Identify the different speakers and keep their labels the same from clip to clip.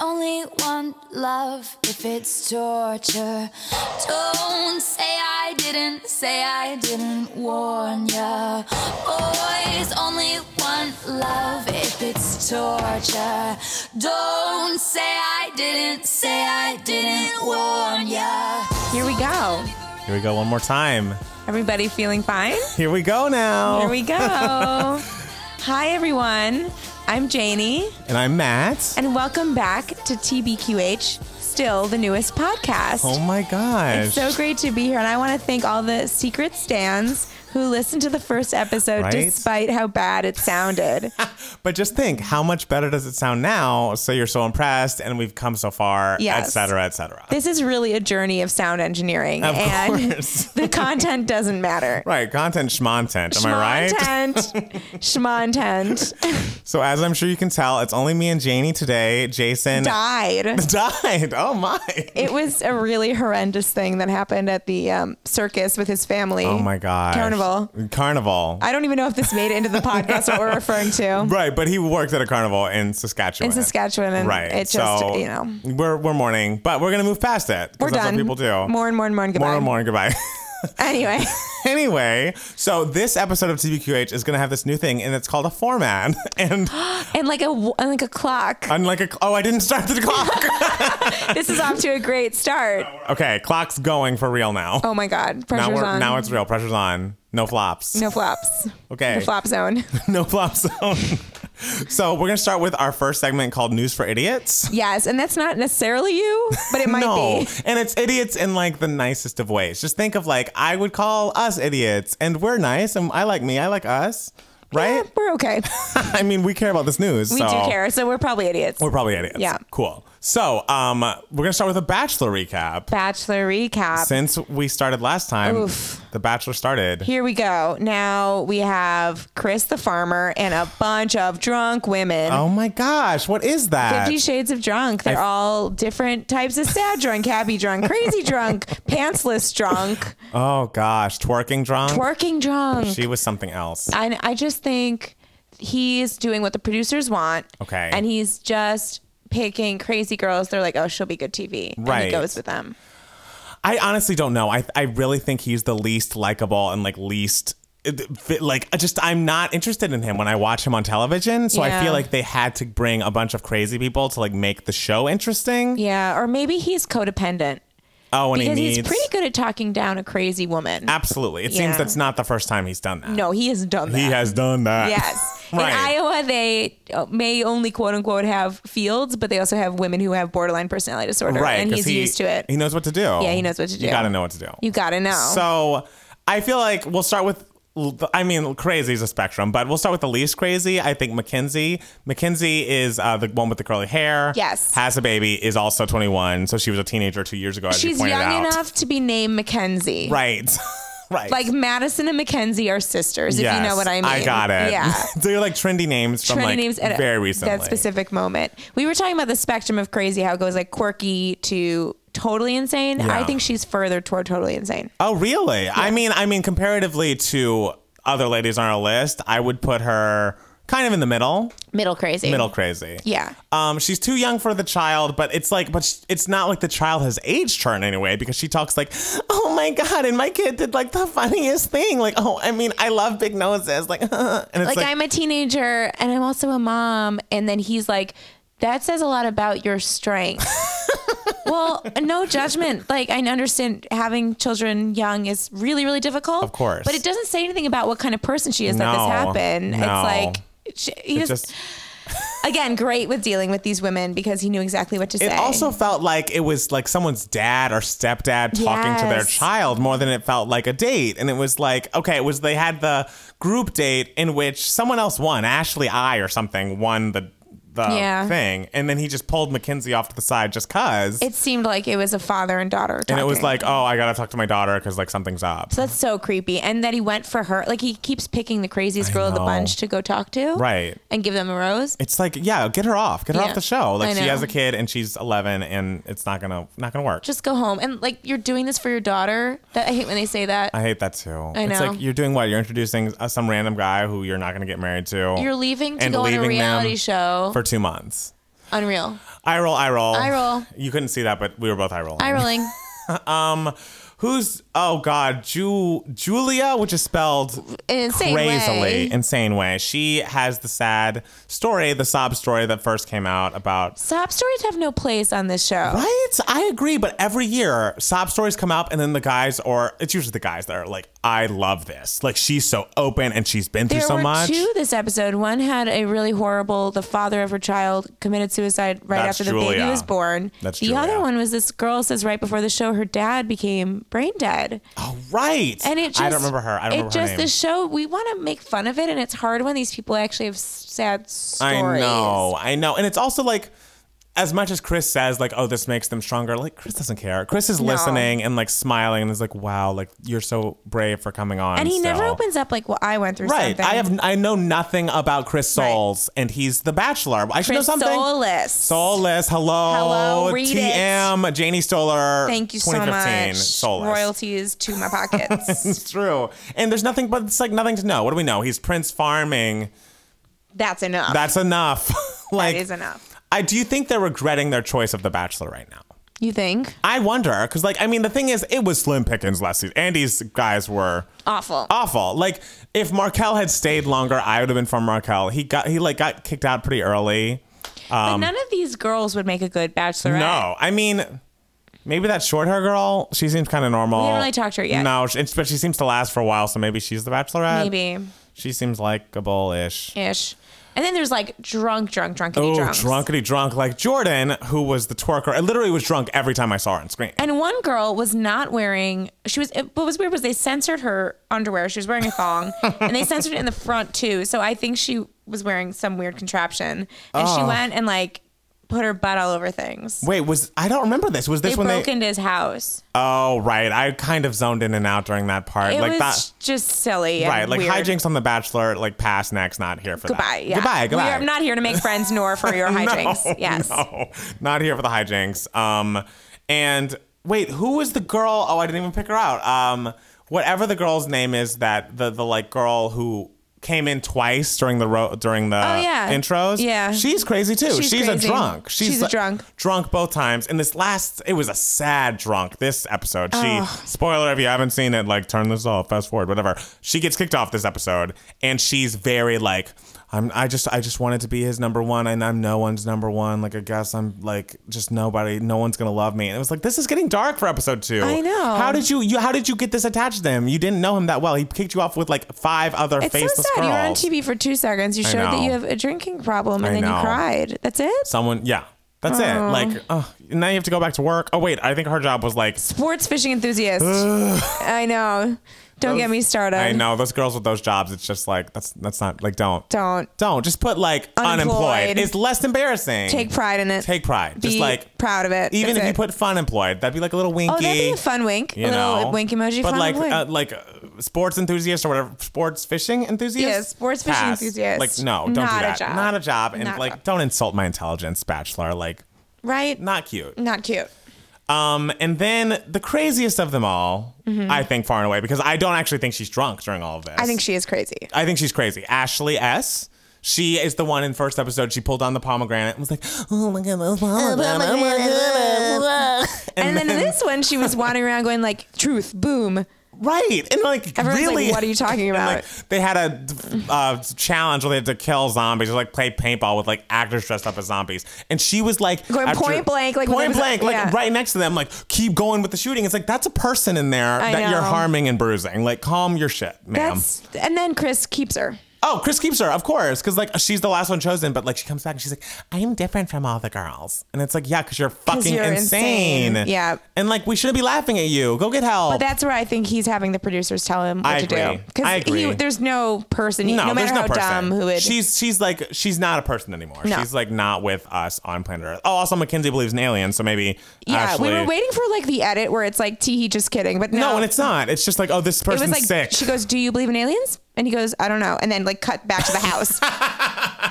Speaker 1: only want love if it's torture. Don't say I didn't, say I didn't warn ya. Boys only want love if it's torture. Don't say I didn't, say I didn't warn ya.
Speaker 2: Here we go.
Speaker 3: Here we go one more time.
Speaker 2: Everybody feeling fine?
Speaker 3: Here we go now.
Speaker 2: Here we go. Hi, everyone. I'm Janie,
Speaker 3: and I'm Matt.
Speaker 2: and welcome back to TBQH, still the newest podcast.
Speaker 3: oh my gosh.
Speaker 2: It's so great to be here, and I want to thank all the secret stands who listened to the first episode
Speaker 3: Right?
Speaker 2: despite how bad it sounded.
Speaker 3: but just think, how much better does it sound now? So you're so impressed, and we've come so far,
Speaker 2: Yes.
Speaker 3: et cetera, et cetera.
Speaker 2: this is really a journey of sound engineering,
Speaker 3: Of
Speaker 2: and
Speaker 3: course.
Speaker 2: the content doesn't matter.
Speaker 3: right, content schmontent. Am I right?
Speaker 2: Schmontent. Schmontent.
Speaker 3: So as I'm sure you can tell, it's only me and Janie today. Jason
Speaker 2: Died.
Speaker 3: died. Oh my.
Speaker 2: It was a really horrendous thing that happened at the um, circus with his family.
Speaker 3: Oh my gosh.
Speaker 2: Carnival.
Speaker 3: Carnival.
Speaker 2: I don't even know if this made it into the podcast what we're referring to.
Speaker 3: Right, but he worked at a carnival in Saskatchewan.
Speaker 2: In Saskatchewan, and
Speaker 3: right?
Speaker 2: it just,
Speaker 3: so
Speaker 2: you know.
Speaker 3: we're we're mourning, but we're gonna move past it. 'cause
Speaker 2: We're
Speaker 3: that's
Speaker 2: done.
Speaker 3: What people do
Speaker 2: More and more and more and goodbye.
Speaker 3: More and more and goodbye.
Speaker 2: Anyway,
Speaker 3: anyway, so this episode of TBQH is gonna have this new thing, and it's called a format. And
Speaker 2: and like a w- and like a clock.
Speaker 3: unlike a oh, I didn't start the clock.
Speaker 2: This is off to a great start.
Speaker 3: okay, clock's going for real now.
Speaker 2: Oh my god,
Speaker 3: now
Speaker 2: pressure's
Speaker 3: we're
Speaker 2: on.
Speaker 3: now it's real. Pressure's on. No flops.
Speaker 2: no flops.
Speaker 3: Okay.
Speaker 2: The flop zone.
Speaker 3: no flop zone. so we're gonna start with our first segment called News for Idiots.
Speaker 2: Yes, and that's not necessarily you, but it might
Speaker 3: no,
Speaker 2: be.
Speaker 3: and it's idiots in like the nicest of ways. Just think of like I would call us idiots, and we're nice, and I like me, I like us, right?
Speaker 2: We're okay.
Speaker 3: I mean, we care about this news.
Speaker 2: We do care, so we're probably idiots.
Speaker 3: We're probably idiots.
Speaker 2: Yeah.
Speaker 3: Cool. So, um, we're gonna start with a Bachelor recap.
Speaker 2: Bachelor recap.
Speaker 3: Since we started last time,
Speaker 2: Oof.
Speaker 3: the Bachelor started.
Speaker 2: Here we go. Now we have Chris the farmer and a bunch of drunk women.
Speaker 3: oh my gosh, what is that?
Speaker 2: Fifty Shades of Drunk. They're
Speaker 3: I-
Speaker 2: all different types of sad drunk, happy drunk, crazy drunk, pantsless drunk,
Speaker 3: oh gosh, twerking drunk.
Speaker 2: working drunk.
Speaker 3: she was something else.
Speaker 2: and I just think he's doing what the producers want.
Speaker 3: Okay.
Speaker 2: And he's just picking crazy girls. They're like, oh, she'll be good TV. And
Speaker 3: Right.
Speaker 2: he goes with them.
Speaker 3: I honestly don't know. I I really think he's the least likable and like least fit- like I just I'm not interested in him when I watch him on television. So I
Speaker 2: Yeah.
Speaker 3: feel like they had to bring a bunch of crazy people to like make the show interesting.
Speaker 2: Yeah. Or maybe he's codependent
Speaker 3: Oh, and
Speaker 2: because
Speaker 3: he needs
Speaker 2: he's pretty good at talking down a crazy woman.
Speaker 3: absolutely. It
Speaker 2: Yeah.
Speaker 3: seems that's not the first time he's done that.
Speaker 2: no, he has done that.
Speaker 3: he has done that.
Speaker 2: Yes.
Speaker 3: right.
Speaker 2: In Iowa, they uh, may only quote unquote have fields, but they also have women who have borderline personality disorder.
Speaker 3: right.
Speaker 2: And
Speaker 3: 'cause
Speaker 2: he's
Speaker 3: he-
Speaker 2: used to it.
Speaker 3: He knows what to do. Yeah,
Speaker 2: he knows what to do.
Speaker 3: You gotta know what to do.
Speaker 2: you got to know.
Speaker 3: So I feel like we'll start with. I mean, crazy is a spectrum, but we'll start with the least crazy. I think Mackenzie. Mackenzie is uh, the one with the curly hair.
Speaker 2: Yes.
Speaker 3: Has a baby, is also 21. So she was a teenager two years ago, as you
Speaker 2: She's young
Speaker 3: pointed out.
Speaker 2: enough to be named Mackenzie.
Speaker 3: Right. right.
Speaker 2: Like Madison and Mackenzie are sisters, if you know
Speaker 3: Yes,
Speaker 2: what I mean.
Speaker 3: I got it.
Speaker 2: Yeah.
Speaker 3: They're like trendy names from
Speaker 2: Trendy
Speaker 3: like
Speaker 2: names at
Speaker 3: very recently.
Speaker 2: that specific moment. We were talking about the spectrum of crazy, how it goes like quirky to totally insane.
Speaker 3: Yeah.
Speaker 2: I think she's further toward totally insane.
Speaker 3: Oh, really? I mean, I mean, comparatively to other ladies on our list, I would put her kind of in the middle,
Speaker 2: Middle crazy.
Speaker 3: middle crazy.
Speaker 2: Yeah.
Speaker 3: Um, she's too young for the child, but it's like, but sh- it's not like the child has aged her in any way because she talks like, oh my god, and my kid did like the funniest thing. Like, oh, I mean, I love big noses. Like, and it's like,
Speaker 2: like, I'm a teenager and I'm also a mom. And then he's like, that says a lot about your strength. well, no judgment. Like I understand having children young is really, really difficult.
Speaker 3: Of course.
Speaker 2: But it doesn't say anything about what kind of person she is that
Speaker 3: No,
Speaker 2: this happened. It's
Speaker 3: no.
Speaker 2: like she, he
Speaker 3: it
Speaker 2: just,
Speaker 3: just.
Speaker 2: again great with dealing with these women because he knew exactly what to
Speaker 3: It
Speaker 2: say.
Speaker 3: also felt like it was like someone's dad or stepdad talking to their
Speaker 2: Yes.
Speaker 3: child more than it felt like a date. And it was like, okay, it was they had the group date in which someone else won, Ashley I or something won the the
Speaker 2: Yeah.
Speaker 3: thing, and then he just pulled Mackenzie off to the side just cause.
Speaker 2: it seemed like it was a father and daughter.
Speaker 3: and it was
Speaker 2: talking.
Speaker 3: like, oh, I gotta talk to my daughter because like something's up.
Speaker 2: that's so creepy. And that he went for her. Like he keeps picking the craziest girl of the
Speaker 3: know.
Speaker 2: bunch to go talk to.
Speaker 3: Right.
Speaker 2: And give them a rose.
Speaker 3: It's like, yeah, get her off, get her
Speaker 2: Yeah.
Speaker 3: off the show.
Speaker 2: I
Speaker 3: Like she
Speaker 2: know.
Speaker 3: has a kid and she's 11, and it's not gonna not gonna work.
Speaker 2: just go home and like you're doing this for your daughter that i hate when they say that
Speaker 3: I hate that too.
Speaker 2: I
Speaker 3: It's
Speaker 2: know.
Speaker 3: like you're doing what? You're introducing uh, some random guy who you're not going to get married to.
Speaker 2: you're leaving to
Speaker 3: and
Speaker 2: go on a
Speaker 3: leaving them
Speaker 2: reality show
Speaker 3: for two months.
Speaker 2: Unreal.
Speaker 3: Eye roll, eye roll.
Speaker 2: Eye roll.
Speaker 3: You couldn't see that, but we were both eye rolling.
Speaker 2: Eye rolling.
Speaker 3: Um, who's, oh God, Ju- Julia, which is spelled
Speaker 2: In an insane
Speaker 3: crazily,
Speaker 2: way.
Speaker 3: insane way. She has the sad story, the sob story that first came out about.
Speaker 2: Sob stories have no place on this show.
Speaker 3: Right? I agree, but every year sob stories come up, and then the guys, or it's usually the guys that are like, I love this. Like, she's so open and she's been through
Speaker 2: There
Speaker 3: so
Speaker 2: were
Speaker 3: much.
Speaker 2: two this episode. One had a really horrible. The father of her child committed suicide right
Speaker 3: That's
Speaker 2: after the baby
Speaker 3: Julia.
Speaker 2: was born.
Speaker 3: That's
Speaker 2: the
Speaker 3: Julia.
Speaker 2: other one was this girl says right before the show her dad became brain dead,
Speaker 3: Oh, right.
Speaker 2: and it just
Speaker 3: I don't remember her. I don't
Speaker 2: it
Speaker 3: remember her
Speaker 2: just
Speaker 3: name.
Speaker 2: the show. We want to make fun of it, and it's hard when these people actually have s- sad stories.
Speaker 3: I know, I know, and it's also like, as much as Chris says, like, oh, this makes them stronger. Like, Chris doesn't care. Chris is listening and like smiling and is like, wow, like you're so brave for coming on.
Speaker 2: And he never
Speaker 3: still.
Speaker 2: opens up like what I went through.
Speaker 3: Right,
Speaker 2: something.
Speaker 3: I have I know nothing about Chris Souls, and he's the Bachelor. I should know
Speaker 2: Chris
Speaker 3: something.
Speaker 2: Solis.
Speaker 3: Soulless, hello,
Speaker 2: Hello, read it.
Speaker 3: TM, Janie Stoller.
Speaker 2: Thank you so
Speaker 3: 2015,
Speaker 2: much.
Speaker 3: Soulless.
Speaker 2: Royalties to my pockets.
Speaker 3: It's true, and there's nothing, but it's like nothing to know. What do we know? He's Prince Farming.
Speaker 2: That's enough.
Speaker 3: That's enough. like,
Speaker 2: that is enough.
Speaker 3: I do you think they're regretting their choice of The Bachelor right now.
Speaker 2: You think?
Speaker 3: I wonder, because like I mean, the thing is, it was slim pickings last season. Andy's guys were
Speaker 2: Awful.
Speaker 3: awful. Like if Markel had stayed longer, I would have been from Markel. He got he like got kicked out pretty early.
Speaker 2: but none of these girls would make a good bachelorette.
Speaker 3: No, I mean. Maybe that short hair girl, she seems kind of normal.
Speaker 2: We haven't really talked to her yet.
Speaker 3: No, she, it's- but she seems to last for a while, so maybe she's the bachelorette.
Speaker 2: Maybe
Speaker 3: She seems likable ish.
Speaker 2: ish. And then there's like drunk, drunk, drunkity
Speaker 3: Oh,
Speaker 2: drunks.
Speaker 3: drunkety drunk. Like Jordan, who was the twerker. I literally was drunk every time I saw her on screen.
Speaker 2: And one girl was not wearing. She was. What was weird was they censored her underwear. She was wearing a thong, and they censored it in the front too. So I think she was wearing some weird contraption, and
Speaker 3: Ah.
Speaker 2: she went and like put her butt all over things.
Speaker 3: Wait, was I don't remember this. Was this
Speaker 2: They
Speaker 3: when
Speaker 2: broke
Speaker 3: they?
Speaker 2: into his house.
Speaker 3: Oh, right. I kind of zoned in and out during that part.
Speaker 2: It
Speaker 3: like
Speaker 2: was
Speaker 3: that.
Speaker 2: just silly. and
Speaker 3: Right, like
Speaker 2: weird.
Speaker 3: hijinks on The Bachelor, like pass next, not here for
Speaker 2: Goodbye.
Speaker 3: that.
Speaker 2: Yeah.
Speaker 3: Goodbye,
Speaker 2: We
Speaker 3: goodbye.
Speaker 2: are not here to make friends nor for your hijinks.
Speaker 3: No,
Speaker 2: yes.
Speaker 3: no, not here for the hijinks. Um, and wait, who was the girl? Oh, I didn't even pick her out. Um, whatever the girl's name is, that the the like girl who came in twice during the ro- during the
Speaker 2: Oh, yeah.
Speaker 3: intros.
Speaker 2: Yeah.
Speaker 3: she's crazy too.
Speaker 2: She's
Speaker 3: She's,
Speaker 2: crazy.
Speaker 3: a drunk. She's,
Speaker 2: She's a
Speaker 3: like,
Speaker 2: drunk.
Speaker 3: Drunk both times. And this last, it was a sad drunk. This episode, she spoiler if you haven't seen it, like turn this off, fast forward, whatever. She gets kicked off this episode, and she's very like. I'm, I just I just wanted to be his number one and I'm no one's number one like I guess I'm like just nobody no one's gonna love me and it was like this is getting dark for episode two
Speaker 2: I know.
Speaker 3: how did you, you how did you get this attached to him you didn't know him that well he kicked you off with like five other
Speaker 2: It's
Speaker 3: faceless
Speaker 2: so sad.
Speaker 3: girls
Speaker 2: You were on TV for two seconds. You showed that
Speaker 3: know.
Speaker 2: you have a drinking problem, and
Speaker 3: I
Speaker 2: then you
Speaker 3: know.
Speaker 2: cried. That's it.
Speaker 3: someone yeah that's it like oh, now you have to go back to work oh wait I think her job was like
Speaker 2: Sports fishing enthusiast. I know. Don't get me started.
Speaker 3: I know those girls with those jobs. It's just like that's that's not like don't
Speaker 2: Don't
Speaker 3: don't just put like unemployed.
Speaker 2: Unemployed.
Speaker 3: It's less embarrassing.
Speaker 2: take pride in it.
Speaker 3: Take pride.
Speaker 2: Be
Speaker 3: just like
Speaker 2: proud of it.
Speaker 3: even
Speaker 2: That's
Speaker 3: if you
Speaker 2: it.
Speaker 3: put fun employed, that'd be like a little winky.
Speaker 2: Oh, that'd be a fun wink.
Speaker 3: you
Speaker 2: a little
Speaker 3: know,
Speaker 2: wink emoji.
Speaker 3: But
Speaker 2: fun
Speaker 3: like
Speaker 2: wink.
Speaker 3: uh, like uh, sports enthusiast or whatever, sports fishing enthusiast.
Speaker 2: Yeah, sports fishing
Speaker 3: Pass.
Speaker 2: enthusiast.
Speaker 3: Like no, don't
Speaker 2: Not
Speaker 3: do
Speaker 2: a
Speaker 3: that.
Speaker 2: job.
Speaker 3: Not a job. And
Speaker 2: Not a
Speaker 3: like
Speaker 2: job.
Speaker 3: don't insult my intelligence, bachelor. Like
Speaker 2: right?
Speaker 3: not cute.
Speaker 2: Not cute.
Speaker 3: Um, and then the craziest of them all, I think, far and away, because I don't actually think she's drunk during all of this.
Speaker 2: Mm-hmm. I think she is crazy.
Speaker 3: I think she's crazy. Ashley S. She is the one in first episode. She pulled on the pomegranate and was like, "Oh my god, those pomegranate! Oh my god!"
Speaker 2: And, then, in this one, she was wandering around going like, "Truth, boom."
Speaker 3: right, and like
Speaker 2: Everyone's like,
Speaker 3: really,
Speaker 2: "What are you talking
Speaker 3: and,
Speaker 2: about?"
Speaker 3: like, they had a uh, challenge where they had to kill zombies, or like play paintball with like actors dressed up as zombies. And she was like,
Speaker 2: Going point blank, like, when
Speaker 3: point
Speaker 2: it was-
Speaker 3: blank, like
Speaker 2: yeah.
Speaker 3: right next to them, like keep going with the shooting. It's like that's a person in there
Speaker 2: I
Speaker 3: that you're
Speaker 2: know.
Speaker 3: harming and bruising. Like calm your shit, ma'am.
Speaker 2: That's and then Chris keeps her.
Speaker 3: Oh, Chris keeps her, of course, because like she's the last one chosen. But like she comes back and she's like, "I am different from all the girls," and it's like, "Yeah, because you're fucking
Speaker 2: you're
Speaker 3: insane.
Speaker 2: insane. Yeah.
Speaker 3: and like we shouldn't be laughing at you. Go get help.
Speaker 2: But that's where I think he's having the producers tell him what
Speaker 3: Oh. I
Speaker 2: to do.
Speaker 3: agree. I
Speaker 2: he-
Speaker 3: agree.
Speaker 2: there's no person, no, no matter how dumb, who would.
Speaker 3: She's she's like she's not a person anymore.
Speaker 2: No.
Speaker 3: She's like not with us on planet Earth. Oh, also Mackenzie believes in aliens, so maybe
Speaker 2: yeah,
Speaker 3: Ashley-
Speaker 2: we were waiting for like the edit where it's like, teehee, just kidding. But no,
Speaker 3: No, and it's not. It's just like, oh, this
Speaker 2: it was
Speaker 3: person's
Speaker 2: like
Speaker 3: sick.
Speaker 2: she goes, "Do you believe in aliens?" And he goes, "I don't know." And then like cut back to the house,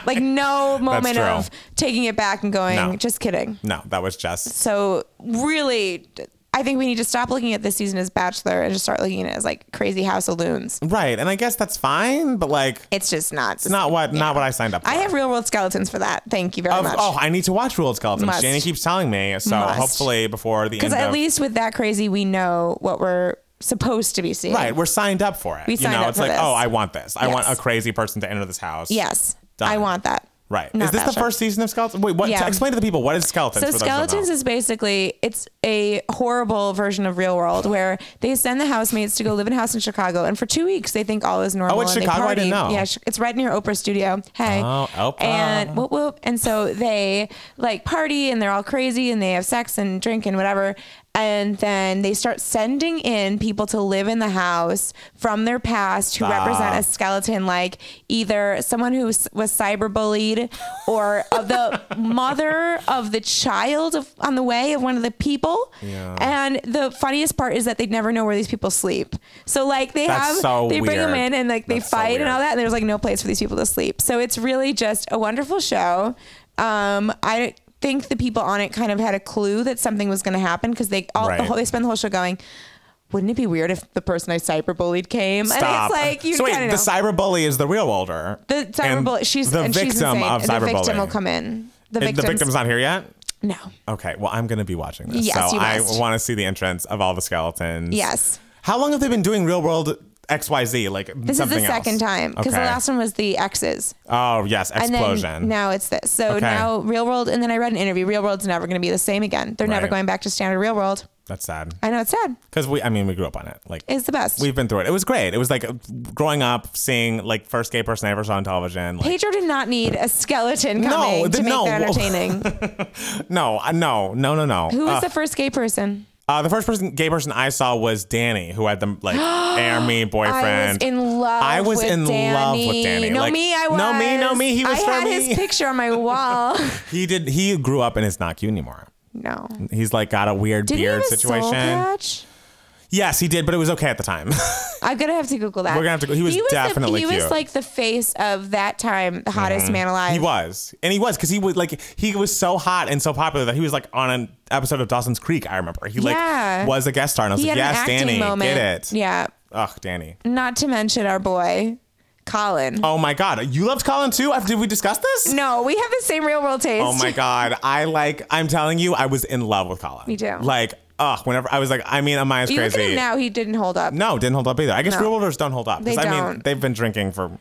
Speaker 2: like no moment
Speaker 3: true.
Speaker 2: of taking it back and going,
Speaker 3: No.
Speaker 2: "Just kidding."
Speaker 3: no, that was just
Speaker 2: So really, I I think we need to stop looking at this season as Bachelor and just start looking at it as like Crazy House of Loons.
Speaker 3: Right. And I guess that's fine, but like
Speaker 2: It's just not.
Speaker 3: it's not what not what I signed up for.
Speaker 2: I have real world skeletons for that. Thank you very
Speaker 3: Of-
Speaker 2: much.
Speaker 3: oh, I need to watch Rule of Skeletons.
Speaker 2: Must.
Speaker 3: Janie keeps telling me. So
Speaker 2: Must.
Speaker 3: hopefully before the end
Speaker 2: Because at
Speaker 3: of
Speaker 2: least with that crazy, we know what we're supposed to be seeing.
Speaker 3: Right, we're signed up for it.
Speaker 2: We signed
Speaker 3: you know,
Speaker 2: up
Speaker 3: it's
Speaker 2: for
Speaker 3: like,
Speaker 2: this.
Speaker 3: oh, I want this. I want a
Speaker 2: Yes.
Speaker 3: crazy person to enter this house.
Speaker 2: Yes.
Speaker 3: Done.
Speaker 2: I want that.
Speaker 3: Right.
Speaker 2: Not
Speaker 3: is this the
Speaker 2: Bachelor.
Speaker 3: first season of Skeletons? Wait, what?
Speaker 2: Yeah.
Speaker 3: Explain to the people what is
Speaker 2: So
Speaker 3: Skeletons. for those who don't
Speaker 2: skeletons
Speaker 3: know.
Speaker 2: is basically it's a horrible version of real world where they send the housemates to go live in a house in Chicago and for two weeks they think all is normal.
Speaker 3: Oh, it's
Speaker 2: and
Speaker 3: Chicago?
Speaker 2: They
Speaker 3: I
Speaker 2: party.
Speaker 3: didn't know.
Speaker 2: Yeah, sh- it's right near Oprah's studio. Hey.
Speaker 3: Oh, Oprah.
Speaker 2: And whoop whoop. And so they like party and they're all crazy and they have sex and drink and whatever. And then they start sending in people to live in the house from their past who represent
Speaker 3: Ah.
Speaker 2: a skeleton, like either someone who s- was cyberbullied or of the mother of the child of, on the way of one of the people.
Speaker 3: Yeah.
Speaker 2: And the funniest part is that they never know where these people sleep. So like they
Speaker 3: That's
Speaker 2: have,
Speaker 3: so
Speaker 2: they bring them in
Speaker 3: weird.
Speaker 2: and like they
Speaker 3: That's so
Speaker 2: fight and
Speaker 3: weird.
Speaker 2: all that. And there's like no place for these people to sleep. So it's really just a wonderful show. Um, I think the people on it kind of had a clue that something was going to happen because they all
Speaker 3: Right.
Speaker 2: the whole, they spend the whole show going. Wouldn't it be weird if the person I cyberbullied came?
Speaker 3: Stop.
Speaker 2: And it's like you
Speaker 3: so wait,
Speaker 2: kind
Speaker 3: the
Speaker 2: of know.
Speaker 3: cyberbully is the real worlder.
Speaker 2: The cyberbully. She's
Speaker 3: the
Speaker 2: and
Speaker 3: victim
Speaker 2: she's insane.
Speaker 3: of
Speaker 2: The
Speaker 3: cyberbullying.
Speaker 2: victim will come in. The
Speaker 3: Is-
Speaker 2: victim.
Speaker 3: The victim's not here yet.
Speaker 2: No.
Speaker 3: Okay, well I'm gonna be watching this,
Speaker 2: Yes,
Speaker 3: so
Speaker 2: you
Speaker 3: I
Speaker 2: must.
Speaker 3: want to see the entrance of all the skeletons.
Speaker 2: Yes.
Speaker 3: How long have they been doing Real World X Y Z? Like
Speaker 2: This is the second time because the last one was the exes.
Speaker 3: Oh yes,
Speaker 2: and
Speaker 3: explosion.
Speaker 2: then now it's this. So
Speaker 3: Okay.
Speaker 2: now real world, and then I read an interview. Real world's never going to be the same again. They're never
Speaker 3: Right.
Speaker 2: going back to standard real world.
Speaker 3: That's sad.
Speaker 2: I know it's sad.
Speaker 3: Because we, I mean, we grew up on it. Like
Speaker 2: It's the best.
Speaker 3: we've been through it. It was great. It was like growing up, seeing like first gay person I ever saw on television. Like,
Speaker 2: Pedro did not need a skeleton
Speaker 3: No,
Speaker 2: coming
Speaker 3: the-
Speaker 2: to make
Speaker 3: no.
Speaker 2: that entertaining.
Speaker 3: no, uh, no, no, no, no.
Speaker 2: Who was
Speaker 3: uh,
Speaker 2: the first gay person?
Speaker 3: uh, the first person gay person I saw was Danny, who had the like air me boyfriend.
Speaker 2: I was in love.
Speaker 3: I was
Speaker 2: with
Speaker 3: in love with Danny.
Speaker 2: No
Speaker 3: Like,
Speaker 2: me, I was.
Speaker 3: no me, no me. He was
Speaker 2: I
Speaker 3: for
Speaker 2: had
Speaker 3: me.
Speaker 2: his picture on my wall.
Speaker 3: He did. He grew up and is not cute anymore.
Speaker 2: no.
Speaker 3: He's like got a weird
Speaker 2: Did he have
Speaker 3: beard
Speaker 2: a
Speaker 3: situation.
Speaker 2: soul patch?
Speaker 3: Yes, he did, but it was okay at the time.
Speaker 2: I'm gonna have to Google that.
Speaker 3: We're gonna have to go- he was
Speaker 2: the-
Speaker 3: definitely
Speaker 2: he
Speaker 3: cute. Mm-hmm.
Speaker 2: was like the face of that time, the hottest man alive.
Speaker 3: he was, and he was because he was like he was so hot and so popular that he was like on an episode of Dawson's Creek. I remember he like
Speaker 2: Yeah.
Speaker 3: was a guest star, and I was
Speaker 2: He
Speaker 3: like,
Speaker 2: had
Speaker 3: "Yes,
Speaker 2: an acting
Speaker 3: Danny,
Speaker 2: moment.
Speaker 3: get it."
Speaker 2: Yeah.
Speaker 3: Ugh, Danny.
Speaker 2: Not to mention our boy, Colin.
Speaker 3: Oh my God, you loved Colin too? Uh, Did we discuss this?
Speaker 2: No, we have the same real world taste.
Speaker 3: Oh my God, I like. I'm telling you, I was in love with Colin.
Speaker 2: Me too.
Speaker 3: Like, ugh, whenever I was like, I mean, Amaya's
Speaker 2: You look
Speaker 3: crazy.
Speaker 2: at him now, he didn't hold up.
Speaker 3: No, didn't hold up either. I guess
Speaker 2: No.
Speaker 3: real worlders don't hold up. 'cause
Speaker 2: They
Speaker 3: I mean,
Speaker 2: don't.
Speaker 3: they've been drinking for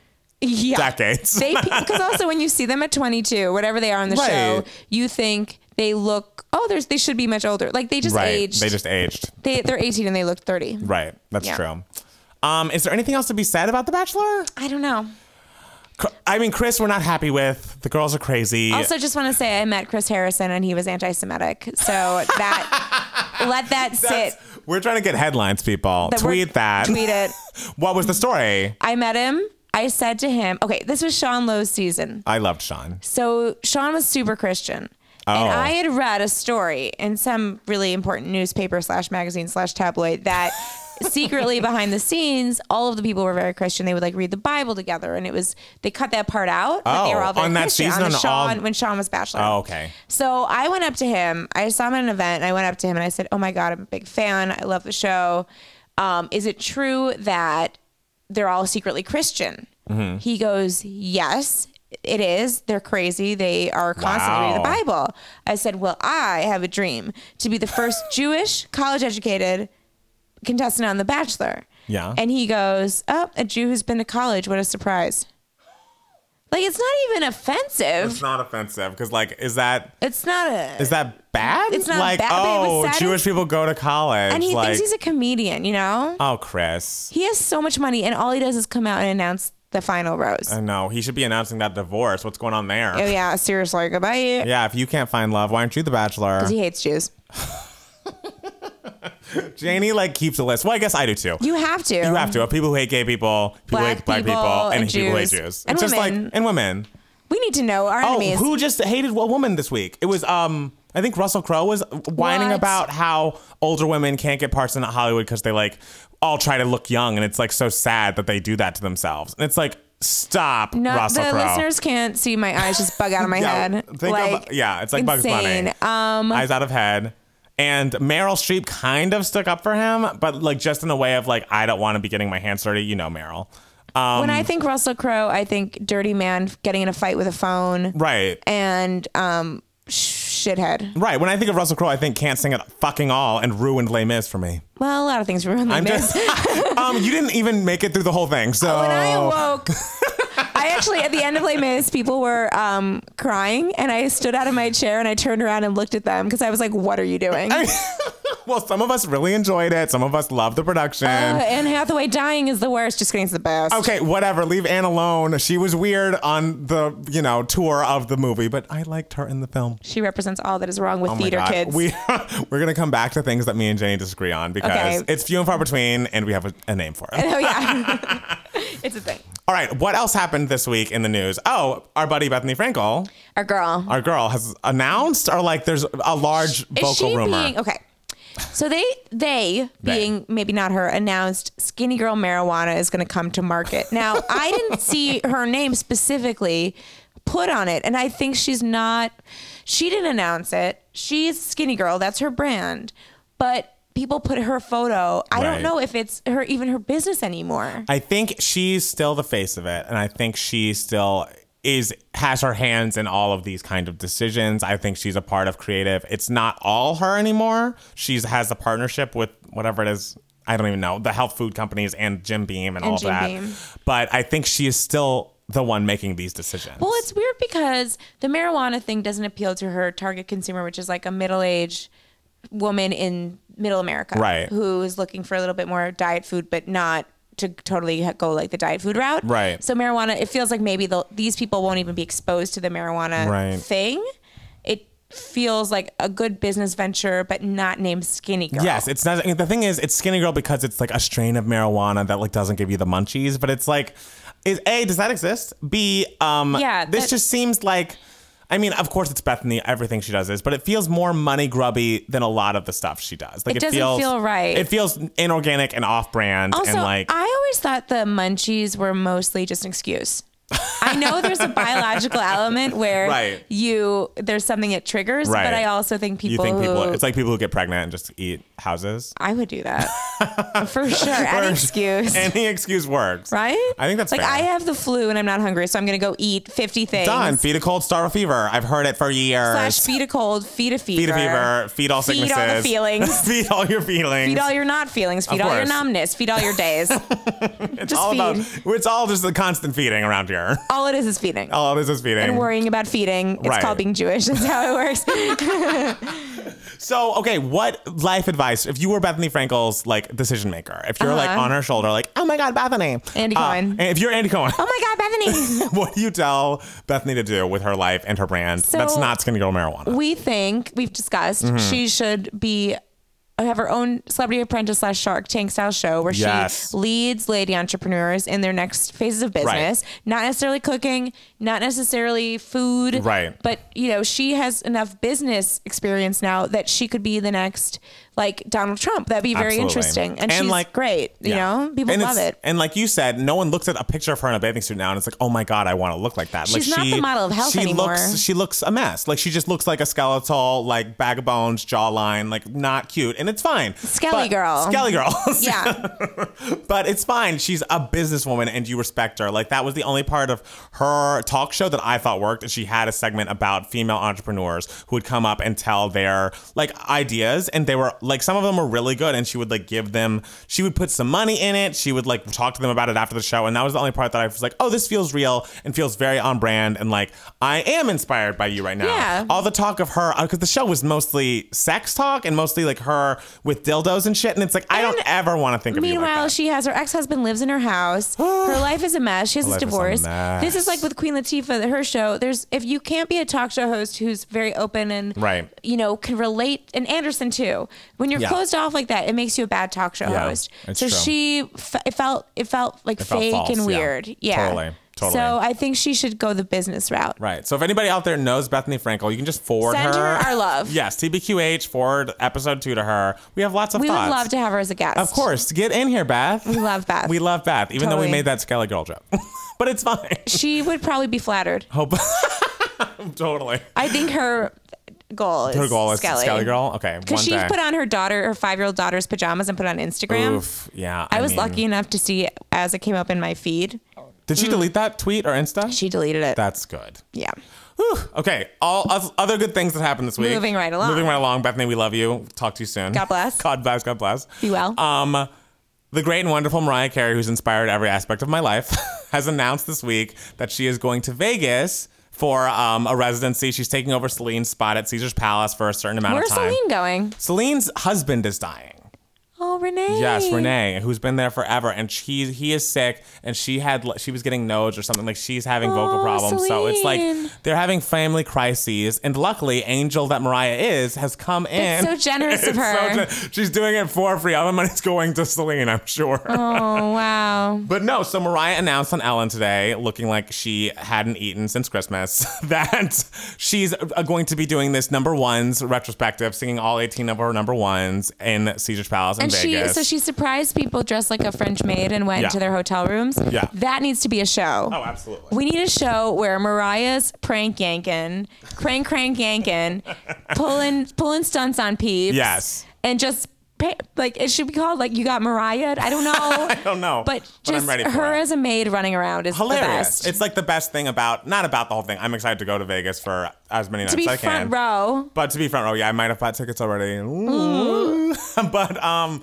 Speaker 2: yeah.
Speaker 3: decades.
Speaker 2: They because also when you see them at 22, whatever they are on the
Speaker 3: Right.
Speaker 2: show, you think they look oh, there's they should be much older. Like they just
Speaker 3: right.
Speaker 2: aged.
Speaker 3: They just aged.
Speaker 2: they they're 18 and they look 30.
Speaker 3: Right. That's
Speaker 2: Yeah.
Speaker 3: true. Um, is there anything else to be said about The Bachelor?
Speaker 2: I don't know.
Speaker 3: Cr- I mean, Chris, we're not happy with. The girls are crazy.
Speaker 2: Also, just want to say I met Chris Harrison and he was anti-Semitic. So that let that sit.
Speaker 3: That's- we're trying to get headlines, people.
Speaker 2: That we're-
Speaker 3: tweet that.
Speaker 2: Tweet it.
Speaker 3: What was the story?
Speaker 2: I met him. I said to him, okay, this was Sean Lowe's season.
Speaker 3: I loved Sean.
Speaker 2: So Sean was super Christian. And
Speaker 3: Oh.
Speaker 2: I had read a story in some really important newspaper slash magazine slash tabloid that secretly behind the scenes, all of the people were very Christian. They would like read the Bible together, and it was they cut that part out. but they
Speaker 3: Oh,
Speaker 2: were all very
Speaker 3: on that
Speaker 2: Christian
Speaker 3: season
Speaker 2: on the
Speaker 3: and all-
Speaker 2: Sean when Sean was Bachelor.
Speaker 3: Oh, okay.
Speaker 2: So I went up to him. I saw him at an event. And I went up to him and I said, "Oh my god, I'm a big fan. I love the show. Um, is it true that they're all secretly Christian?"
Speaker 3: Mm-hmm.
Speaker 2: He goes, "Yes, it is. They're crazy. They are constantly reading the
Speaker 3: Wow.
Speaker 2: Bible." I said, "Well, I have a dream to be the first Jewish college-educated contestant on The Bachelor."
Speaker 3: Yeah.
Speaker 2: And he goes, "Oh, a Jew who's been to college. What a surprise!" Like it's not even offensive.
Speaker 3: It's not offensive because, like, is that
Speaker 2: It's not a.
Speaker 3: is that bad?
Speaker 2: It's not
Speaker 3: like,
Speaker 2: bad, but it was
Speaker 3: oh,
Speaker 2: sad as-
Speaker 3: Jewish people go to college.
Speaker 2: and he
Speaker 3: like,
Speaker 2: thinks he's a comedian, you know?
Speaker 3: oh, Chris.
Speaker 2: He has so much money, and all he does is come out and announce the final rose.
Speaker 3: I know he should be announcing that divorce. What's going on there?
Speaker 2: oh, yeah, seriously, goodbye.
Speaker 3: Yeah, if you can't find love, why aren't you the bachelor?
Speaker 2: He hates Jews.
Speaker 3: Janie like keeps a list. Well, I guess I do too.
Speaker 2: You have to.
Speaker 3: You have to. Of people who hate gay people, people who
Speaker 2: Black
Speaker 3: hate black people,
Speaker 2: people
Speaker 3: and,
Speaker 2: and
Speaker 3: people who hate
Speaker 2: Jews.
Speaker 3: Jews.
Speaker 2: And
Speaker 3: it's just
Speaker 2: women.
Speaker 3: like and women.
Speaker 2: We need to know our
Speaker 3: Oh,
Speaker 2: enemies.
Speaker 3: who just hated a woman this week? It was um I think Russell Crowe was whining
Speaker 2: What?
Speaker 3: about how older women can't get parts in Hollywood because they like all try to look young and it's like so sad that they do that to themselves. And it's like stop
Speaker 2: no,
Speaker 3: Russell
Speaker 2: the
Speaker 3: Crowe.
Speaker 2: listeners can't see my eyes just bug out of my
Speaker 3: yeah,
Speaker 2: head.
Speaker 3: think of-
Speaker 2: like,
Speaker 3: yeah, it's like Bugs
Speaker 2: insane.
Speaker 3: Bunny.
Speaker 2: Um,
Speaker 3: Eyes out of head. And Meryl Streep kind of stuck up for him, but like just in a way of like, I don't want to be getting my hands dirty. You know, Meryl. Um,
Speaker 2: Uh, when I think Russell Crowe, I think dirty man getting in a fight with a phone
Speaker 3: right.
Speaker 2: and um shithead.
Speaker 3: Right. When I think of Russell Crowe, I think can't sing at fucking all and ruined Les Mis for me.
Speaker 2: Well, a lot of things were in the
Speaker 3: I'm
Speaker 2: mix.
Speaker 3: just, um, you didn't even make it through the whole thing. So
Speaker 2: When I awoke, I actually at the end of Les Mis, people were um, crying, and I stood out of my chair and I turned around and looked at them because I was like, "What are you doing?"
Speaker 3: well, some of us really enjoyed it. Some of us loved the production.
Speaker 2: Uh, Anne Hathaway dying is the worst. Just kidding, it's the best.
Speaker 3: okay, whatever. Leave Anne alone. She was weird on the you know tour of the movie, but I liked her in the film.
Speaker 2: She represents all that is wrong with
Speaker 3: Oh my
Speaker 2: theater
Speaker 3: God.
Speaker 2: kids.
Speaker 3: We we're gonna come back to things that me and Jenny disagree on because
Speaker 2: Okay.
Speaker 3: it's few and far between, and we have a, a name for it.
Speaker 2: oh yeah, it's a thing.
Speaker 3: All right, what else happened this week in the news? Oh, our buddy Bethany Frankel,
Speaker 2: Our girl.
Speaker 3: our girl, has announced, or like, there's a large vocal
Speaker 2: is she
Speaker 3: rumor.
Speaker 2: being okay? So they they being maybe not her announced Skinny Girl Marijuana is going to come to market. Now I didn't see her name specifically put on it, and I think she's not. She didn't announce it. She's Skinny Girl. That's her brand, but. People put her photo. I
Speaker 3: Right.
Speaker 2: don't know if it's her even her business anymore.
Speaker 3: I think she's still the face of it, and I think she still is has her hands in all of these kind of decisions. I think she's a part of creative. It's not all her anymore. She's has a partnership with whatever it is. I don't even know the health food companies and Jim Beam and, all
Speaker 2: Jim
Speaker 3: that.
Speaker 2: Beam.
Speaker 3: But I think she is still the one making these decisions.
Speaker 2: Well, it's weird because the marijuana thing doesn't appeal to her target consumer, which is like a middle aged woman in middle America.
Speaker 3: Right.
Speaker 2: Who is looking for a little bit more diet food, but not to totally ha- go like the diet food route.
Speaker 3: Right.
Speaker 2: So, marijuana, it feels like maybe they'll- these people won't even be exposed to the marijuana
Speaker 3: Right.
Speaker 2: thing. It feels like a good business venture, but not named Skinny Girl.
Speaker 3: Yes, it's not. The thing is, it's Skinny Girl because it's like a strain of marijuana that like doesn't give you the munchies. But it's like, is a does that exist? B, um,
Speaker 2: Yeah,
Speaker 3: this
Speaker 2: that-
Speaker 3: just seems like. I mean, of course, it's Bethany. Everything she does is, but it feels more money grubby than a lot of the stuff she does. Like
Speaker 2: It doesn't
Speaker 3: feels,
Speaker 2: feel right.
Speaker 3: It feels inorganic and off-brand,
Speaker 2: Also,
Speaker 3: and like
Speaker 2: I always thought the munchies were mostly just an excuse. I know there's a biological element where
Speaker 3: Right.
Speaker 2: you there's something it triggers,
Speaker 3: Right.
Speaker 2: but I also think
Speaker 3: you
Speaker 2: people,
Speaker 3: think people.
Speaker 2: who,
Speaker 3: It's like people who get pregnant and just eat houses.
Speaker 2: I would do that for sure. Any
Speaker 3: Or-
Speaker 2: excuse,
Speaker 3: Any excuse works,
Speaker 2: right?
Speaker 3: I think that's
Speaker 2: like
Speaker 3: fair.
Speaker 2: I have the flu and I'm not hungry, so I'm gonna go eat 50 things.
Speaker 3: Done. Feed a cold, starve a fever. I've heard it for years.
Speaker 2: Slash feed a cold, feed a fever,
Speaker 3: feed a fever. Feed all
Speaker 2: Feed all
Speaker 3: sicknesses.
Speaker 2: the feelings.
Speaker 3: feed all your feelings.
Speaker 2: feed all your not feelings, feed all your
Speaker 3: course.
Speaker 2: numbness, feed all your days.
Speaker 3: It's
Speaker 2: Just
Speaker 3: all
Speaker 2: feed.
Speaker 3: about. It's all just the constant feeding around here.
Speaker 2: all it is is feeding.
Speaker 3: All this is feeding.
Speaker 2: And worrying about feeding. It's
Speaker 3: Right.
Speaker 2: called being Jewish. That's how it works.
Speaker 3: So, okay, what life advice if you were Bethany Frankel's like decision maker? If you're like
Speaker 2: Uh-huh.
Speaker 3: on her shoulder, like, oh my god, Bethany,
Speaker 2: Andy Cohen.
Speaker 3: and If you're Andy Cohen,
Speaker 2: oh my God, Bethany.
Speaker 3: what do you tell Bethany to do with her life and her brand?
Speaker 2: So-
Speaker 3: That's not skinny girl marijuana.
Speaker 2: we think we've discussed
Speaker 3: Mm-hmm.
Speaker 2: she should be uh, have her own celebrity apprentice slash shark tank style show where
Speaker 3: Yes.
Speaker 2: she leads lady entrepreneurs in their next phases of business not necessarily cooking not necessarily food
Speaker 3: Right.
Speaker 2: but you know she has enough business experience now that she could be the next like donald trump that'd be very
Speaker 3: Absolutely.
Speaker 2: interesting and,
Speaker 3: And,
Speaker 2: she's
Speaker 3: like-
Speaker 2: great
Speaker 3: Yeah.
Speaker 2: you know people
Speaker 3: and
Speaker 2: love
Speaker 3: it's-
Speaker 2: it
Speaker 3: And like you said, no one looks at a picture of her in a bathing suit now, and it's like, oh my god, I want to look like that.
Speaker 2: She's
Speaker 3: like
Speaker 2: not the model of health
Speaker 3: she
Speaker 2: anymore.
Speaker 3: Looks, she looks a mess. Like she just looks like a skeletal, like bag of bones, jawline, like not cute, and it's fine.
Speaker 2: Skelly
Speaker 3: But-
Speaker 2: girl.
Speaker 3: Skelly girl.
Speaker 2: yeah
Speaker 3: but it's fine. She's a businesswoman, and you respect her. Like that was the only part of her talk show that I thought worked. Is she had a segment about female entrepreneurs who would come up and tell their like ideas, and they were like some of them were really good, and she would like give them. She would put some money in it. She would like talk to them about it after the show, and that was the only part that I was like, oh, this feels real and feels very on brand, and like I am inspired by you right now.
Speaker 2: Yeah.
Speaker 3: All the talk of her because the show was mostly sex talk and mostly like her with dildos and shit, and it's like I don't
Speaker 2: And
Speaker 3: ever want to think of you like
Speaker 2: Meanwhile,
Speaker 3: that.
Speaker 2: she has her ex husband lives in her house. her life is a mess. She has this
Speaker 3: life is a
Speaker 2: divorce.
Speaker 3: mess.
Speaker 2: This is like with Queen Latifah, her show. There's if you can't be a talk show host who's very open and
Speaker 3: Right.
Speaker 2: you know, can relate and Anderson too. When you're
Speaker 3: Yeah.
Speaker 2: closed off like that, it makes you a bad talk show
Speaker 3: Yeah,
Speaker 2: host.
Speaker 3: it's
Speaker 2: So
Speaker 3: true.
Speaker 2: she f- it felt it felt like
Speaker 3: felt
Speaker 2: fake
Speaker 3: false, yeah.
Speaker 2: and weird. Yeah.
Speaker 3: Totally, totally.
Speaker 2: So I think she should go the business route.
Speaker 3: Right. So if anybody out there knows Bethany Frankel, you can just forward
Speaker 2: Send her our love.
Speaker 3: yes, TBQH, forward episode two to her. We have lots of
Speaker 2: We would
Speaker 3: thoughts.
Speaker 2: love to have her as a guest.
Speaker 3: Of course. Get in here, Beth.
Speaker 2: We love Beth.
Speaker 3: We love Beth, even though we
Speaker 2: Totally.
Speaker 3: made that Skelly Girl joke. but it's fine.
Speaker 2: She would probably be flattered.
Speaker 3: Hope. totally.
Speaker 2: I think her goal is
Speaker 3: Her goal is
Speaker 2: Skelly.
Speaker 3: Skelly, Girl. Okay, one
Speaker 2: Because she
Speaker 3: day.
Speaker 2: put on her daughter, her five year old daughter's pajamas and put it on Instagram.
Speaker 3: Oof, yeah.
Speaker 2: I was
Speaker 3: mean-
Speaker 2: lucky enough to see it as it came up in my feed.
Speaker 3: Did she delete that tweet or Insta?
Speaker 2: She deleted it.
Speaker 3: That's good.
Speaker 2: yeah.
Speaker 3: Whew. Okay. All us- other good things that happened this week.
Speaker 2: Moving right along.
Speaker 3: Moving right along. Bethany, we love you. Talk to you soon.
Speaker 2: God bless.
Speaker 3: God bless. God bless.
Speaker 2: Be well.
Speaker 3: Um, the great and wonderful Mariah Carey, who's inspired every aspect of my life, has announced this week that she is going to Vegas for um, a residency. She's taking over Celine's spot at Caesar's Palace for a certain amount
Speaker 2: Where's
Speaker 3: of time.
Speaker 2: Celine going?
Speaker 3: Celine's husband is dying.
Speaker 2: Oh, Renee.
Speaker 3: Yes, Renee, who's been there forever, and she he is sick, and she had she was getting nodes or something like she's having vocal
Speaker 2: Oh,
Speaker 3: problems. So it's
Speaker 2: Celine.
Speaker 3: like they're having family crises, and luckily, Angel that Mariah is has come in.
Speaker 2: so generous of
Speaker 3: It's so
Speaker 2: her.
Speaker 3: gen- she's doing it for free. All the money's going to Celine, I'm sure.
Speaker 2: Oh, wow.
Speaker 3: But no, so Mariah announced on Ellen today, looking like she hadn't eaten since Christmas, that she's uh, going to be doing this number ones retrospective, singing all 18 of her number ones in Caesar's Palace in
Speaker 2: And she,
Speaker 3: Vegas.
Speaker 2: so she surprised people dressed like a French maid and went
Speaker 3: Yeah.
Speaker 2: to their hotel rooms.
Speaker 3: Yeah.
Speaker 2: That needs to be a show.
Speaker 3: oh, absolutely.
Speaker 2: We need a show where Mariah's prank yanking, crank crank yanking, pulling pulling stunts on peeps.
Speaker 3: Yes.
Speaker 2: And just pa- like it should be called like you got Mariah. I don't know. I
Speaker 3: don't know,
Speaker 2: But just
Speaker 3: Oh, but I'm ready for
Speaker 2: her
Speaker 3: it.
Speaker 2: as a maid running around is the
Speaker 3: hilarious.
Speaker 2: best.
Speaker 3: It's like the best thing about not about the whole thing. I'm excited to go to Vegas for as many nights
Speaker 2: to be
Speaker 3: I
Speaker 2: front
Speaker 3: can.
Speaker 2: row.
Speaker 3: But to be front row, yeah, I might have bought tickets already. Ooh.
Speaker 2: Mm.
Speaker 3: but um,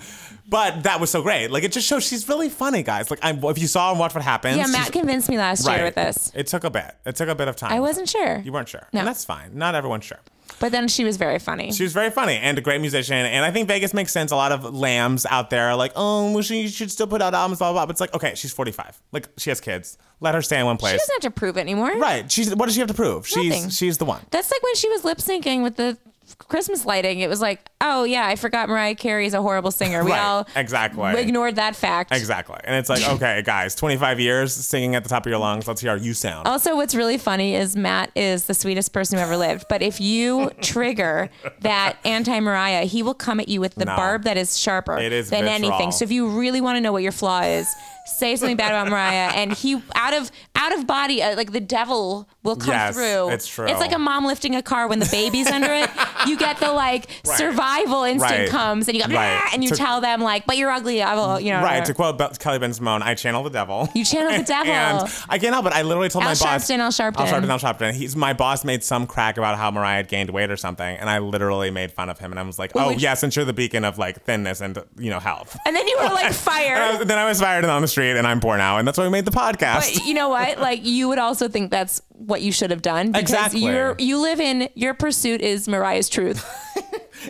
Speaker 3: but that was so great. Like it just shows she's really funny, guys. Like I, if you saw and watch what happens,
Speaker 2: Yeah,
Speaker 3: she's-
Speaker 2: Matt convinced me last year with this.
Speaker 3: It took a bit. It took a bit of time.
Speaker 2: I wasn't sure.
Speaker 3: You weren't sure.
Speaker 2: No.
Speaker 3: And that's fine. Not everyone's sure.
Speaker 2: But then she was very funny.
Speaker 3: She was very funny and a great musician. And I think Vegas makes sense. A lot of lambs out there are like, oh, well, she should still put out albums, blah, blah, blah. But it's like, okay, she's 45. Like, she has kids. Let her stay in one
Speaker 2: she
Speaker 3: place.
Speaker 2: doesn't have to prove it anymore.
Speaker 3: Right. She's what does she have to prove? She's
Speaker 2: Nothing.
Speaker 3: she's the one.
Speaker 2: That's like when she was lip syncing with the Christmas lighting. It was like, oh yeah, I forgot Mariah Carey is a horrible singer. We
Speaker 3: Right.
Speaker 2: all
Speaker 3: Exactly.
Speaker 2: ignored that fact.
Speaker 3: Exactly. And it's like, okay, guys, 25 years singing at the top of your lungs. Let's hear how you sound.
Speaker 2: Also, what's really funny is Matt is the sweetest person who ever lived. But if you trigger that anti Mariah, he will come at you with the
Speaker 3: No.
Speaker 2: barb that is sharper
Speaker 3: It is
Speaker 2: than anything.
Speaker 3: vitriol.
Speaker 2: So if you really want to know what your flaw is, say something bad about Mariah, and he out of out of body, uh, like the devil will come
Speaker 3: Yes,
Speaker 2: through.
Speaker 3: it's true.
Speaker 2: It's like a mom lifting a car when the baby's under it. You get the like
Speaker 3: Right.
Speaker 2: survival instinct
Speaker 3: Right.
Speaker 2: comes, and you go
Speaker 3: Right.
Speaker 2: "Ah," and you
Speaker 3: To-
Speaker 2: tell them like, but you're ugly. I will, you know.
Speaker 3: Right, to quote Be- Kelly Ben Simone, I channel the devil.
Speaker 2: You channel the devil.
Speaker 3: And I can't help it. I literally told
Speaker 2: Al
Speaker 3: my boss.
Speaker 2: Sharpton, Al
Speaker 3: Al
Speaker 2: Sharpton.
Speaker 3: Sharpton, Al Sharpton. He's, my boss made some crack about how Mariah had gained weight or something. And I literally made fun of him. And I was like, oh,
Speaker 2: would-
Speaker 3: yeah, since you're the beacon of like thinness and, you know, health.
Speaker 2: and then you were like
Speaker 3: And I
Speaker 2: fired.
Speaker 3: was- then I was fired and on the street and I'm poor now. And that's why we made the podcast.
Speaker 2: But you know what? Like you would also think that's what you should have done because
Speaker 3: Exactly.
Speaker 2: you're you live in your pursuit is Mariah's truth.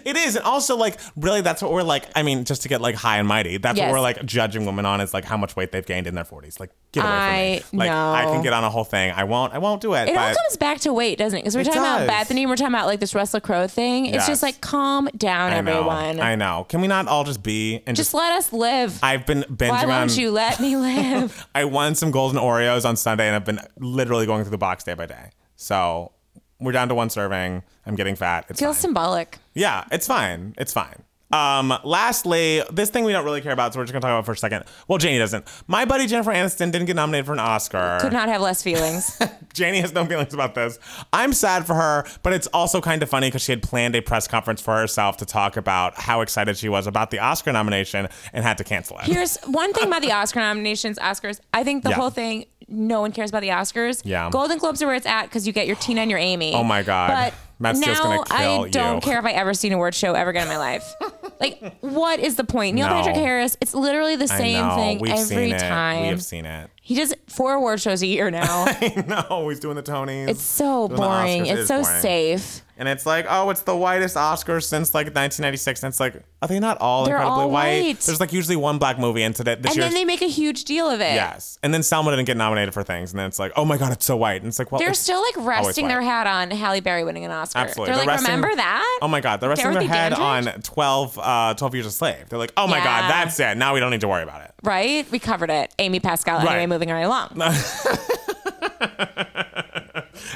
Speaker 3: It is, and also like really, that's what we're like. I mean, just to get like high and mighty, that's
Speaker 2: Yes.
Speaker 3: what we're like judging women on is like how much weight they've gained in their forties. Like, get away
Speaker 2: I
Speaker 3: from me. Like,
Speaker 2: know.
Speaker 3: I can get on a whole thing. I won't. I won't do it.
Speaker 2: It all
Speaker 3: but
Speaker 2: comes back to weight, doesn't it? Because we're
Speaker 3: It
Speaker 2: talking about
Speaker 3: does.
Speaker 2: Bethany, and we're talking about like this Russell Crowe thing. It's
Speaker 3: Yes.
Speaker 2: just like calm down,
Speaker 3: I know.
Speaker 2: everyone.
Speaker 3: I know. Can we not all just be and just?
Speaker 2: Just let us live.
Speaker 3: I've been
Speaker 2: Why
Speaker 3: binging on.
Speaker 2: won't you let me live?
Speaker 3: I won some golden Oreos on Sunday, and I've been literally going through the box day by day. So we're down to one serving. I'm getting fat. It's
Speaker 2: Feels
Speaker 3: fine.
Speaker 2: symbolic.
Speaker 3: Yeah, it's fine. It's fine. Um, lastly, this thing we don't really care about, so we're just gonna talk about for a second. Well, Janie doesn't. My buddy Jennifer Aniston didn't get nominated for an Oscar.
Speaker 2: Could not have less feelings.
Speaker 3: Janie has no feelings about this. I'm sad for her, but it's also kind of funny because she had planned a press conference for herself to talk about how excited she was about the Oscar nomination and had to cancel it.
Speaker 2: Here's one thing about the Oscar nominations, Oscars. I think the
Speaker 3: Yeah.
Speaker 2: whole thing, no one cares about the Oscars.
Speaker 3: Yeah.
Speaker 2: Golden Globes are where it's at because you get your Tina and your Amy.
Speaker 3: Oh my God.
Speaker 2: But
Speaker 3: Matt's
Speaker 2: now
Speaker 3: just gonna kill
Speaker 2: I don't
Speaker 3: you.
Speaker 2: care if I ever see an award show ever again in my life. like, what is the point? Neil
Speaker 3: No.
Speaker 2: Patrick Harris. It's literally the
Speaker 3: I
Speaker 2: same
Speaker 3: know.
Speaker 2: thing
Speaker 3: We've
Speaker 2: every
Speaker 3: seen it. We
Speaker 2: time.
Speaker 3: have seen it.
Speaker 2: He does four award shows a year now.
Speaker 3: no, he's doing the Tonys.
Speaker 2: it's so
Speaker 3: Doing the
Speaker 2: boring.
Speaker 3: Oscars
Speaker 2: It's
Speaker 3: is
Speaker 2: so
Speaker 3: boring.
Speaker 2: safe.
Speaker 3: And it's like, oh, it's the whitest Oscars since like 1996. And it's like, are they not all
Speaker 2: They're
Speaker 3: incredibly
Speaker 2: all
Speaker 3: white?
Speaker 2: white.
Speaker 3: There's like usually one black movie and today this
Speaker 2: And
Speaker 3: year's
Speaker 2: then they make a huge deal of it.
Speaker 3: yes. And then Selma didn't get nominated for things. And then it's like, oh my god, it's so white. And it's like, well,
Speaker 2: They're
Speaker 3: it's
Speaker 2: still like
Speaker 3: always
Speaker 2: resting
Speaker 3: white.
Speaker 2: their hat on Halle Berry winning an Oscar.
Speaker 3: Absolutely.
Speaker 2: They're,
Speaker 3: They're
Speaker 2: like,
Speaker 3: resting-
Speaker 2: remember that?
Speaker 3: Oh my God, they're resting their
Speaker 2: Dorothy
Speaker 3: head
Speaker 2: Dandridge?
Speaker 3: on 12, uh, 12 Years a Slave. They're like, oh my
Speaker 2: Yeah.
Speaker 3: God, that's it. Now we don't need to worry about it.
Speaker 2: right? We covered it. Amy Pascal. Anyway,
Speaker 3: Right.
Speaker 2: moving right along.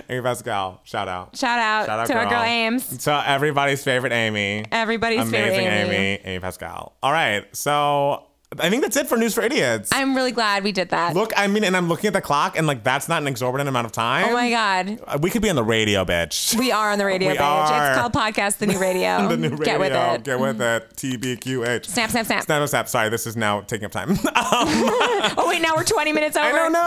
Speaker 3: Amy Pascal, shout out.
Speaker 2: Shout out,
Speaker 3: Shout out
Speaker 2: to our girl Ames.
Speaker 3: So everybody's favorite Amy.
Speaker 2: Everybody's
Speaker 3: Amazing
Speaker 2: favorite Amy.
Speaker 3: Amy. Amy Pascal. All right. So I think that's it for news for idiots.
Speaker 2: I'm really glad we did that.
Speaker 3: Look, I mean, and I'm looking at the clock, and like that's not an exorbitant amount of time.
Speaker 2: oh my God.
Speaker 3: Uh, We could be on the radio, bitch.
Speaker 2: We are on the radio,
Speaker 3: We
Speaker 2: bitch.
Speaker 3: are.
Speaker 2: It's called Podcast The New Radio.
Speaker 3: the new radio.
Speaker 2: Get with it. Mm-hmm.
Speaker 3: Get with it. TBQH.
Speaker 2: Snap, snap, snap.
Speaker 3: Snap, snap. Sorry, this is now taking up time.
Speaker 2: Oh, wait, now we're 20 minutes over.
Speaker 3: I don't know.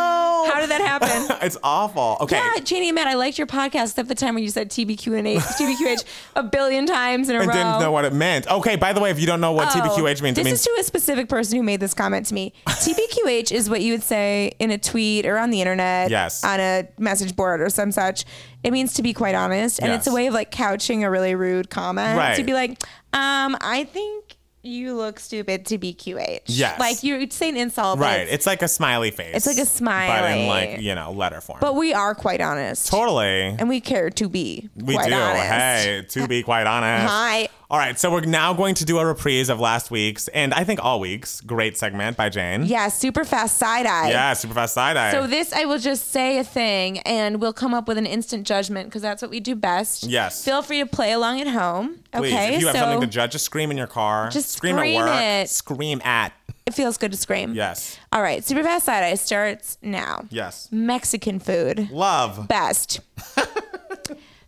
Speaker 2: How did that happen?
Speaker 3: it's awful. Okay.
Speaker 2: Yeah, Janie and Matt, I liked your podcast except the time when you said TBQ and H, TBQH a billion times in a
Speaker 3: And
Speaker 2: row.
Speaker 3: didn't know what it meant. Okay, by the way, if you don't know what TBQH means,
Speaker 2: Oh, This
Speaker 3: it means
Speaker 2: is to a specific person who made this comment to me. TBQH is what you would say in a tweet or on the internet,
Speaker 3: Yes.
Speaker 2: on a message board or some such. It means to be quite honest, and it's a
Speaker 3: Yes.
Speaker 2: way of like couching a really rude comment
Speaker 3: Right.
Speaker 2: to be like, um, I think you look stupid to be QH.
Speaker 3: Yes.
Speaker 2: like you would say an insult, but
Speaker 3: right.
Speaker 2: it's-
Speaker 3: It's like a smiley face.
Speaker 2: It's like a
Speaker 3: But in
Speaker 2: smiley.
Speaker 3: like, you know, letter form.
Speaker 2: but we are quite honest,
Speaker 3: totally.
Speaker 2: and we care to be.
Speaker 3: We
Speaker 2: quite
Speaker 3: do.
Speaker 2: Honest.
Speaker 3: Hey, to be quite honest.
Speaker 2: Hi.
Speaker 3: All right, so we're now going to do a reprise of last week's and I think all week's great segment by Jane.
Speaker 2: Yeah, super fast side eye.
Speaker 3: Yeah, Superfast Side Eye.
Speaker 2: So this, I will just say a thing, and we'll come up with an instant judgment because that's what we do best.
Speaker 3: Yes.
Speaker 2: Feel free to play along at home.
Speaker 3: Please,
Speaker 2: okay.
Speaker 3: if you have
Speaker 2: so
Speaker 3: something to judge, just scream in your car.
Speaker 2: Just
Speaker 3: scream,
Speaker 2: scream
Speaker 3: at work.
Speaker 2: it.
Speaker 3: Scream at.
Speaker 2: it feels good to scream.
Speaker 3: Yes.
Speaker 2: All right. Super fast side eye starts now.
Speaker 3: Yes.
Speaker 2: Mexican food.
Speaker 3: Love.
Speaker 2: Best.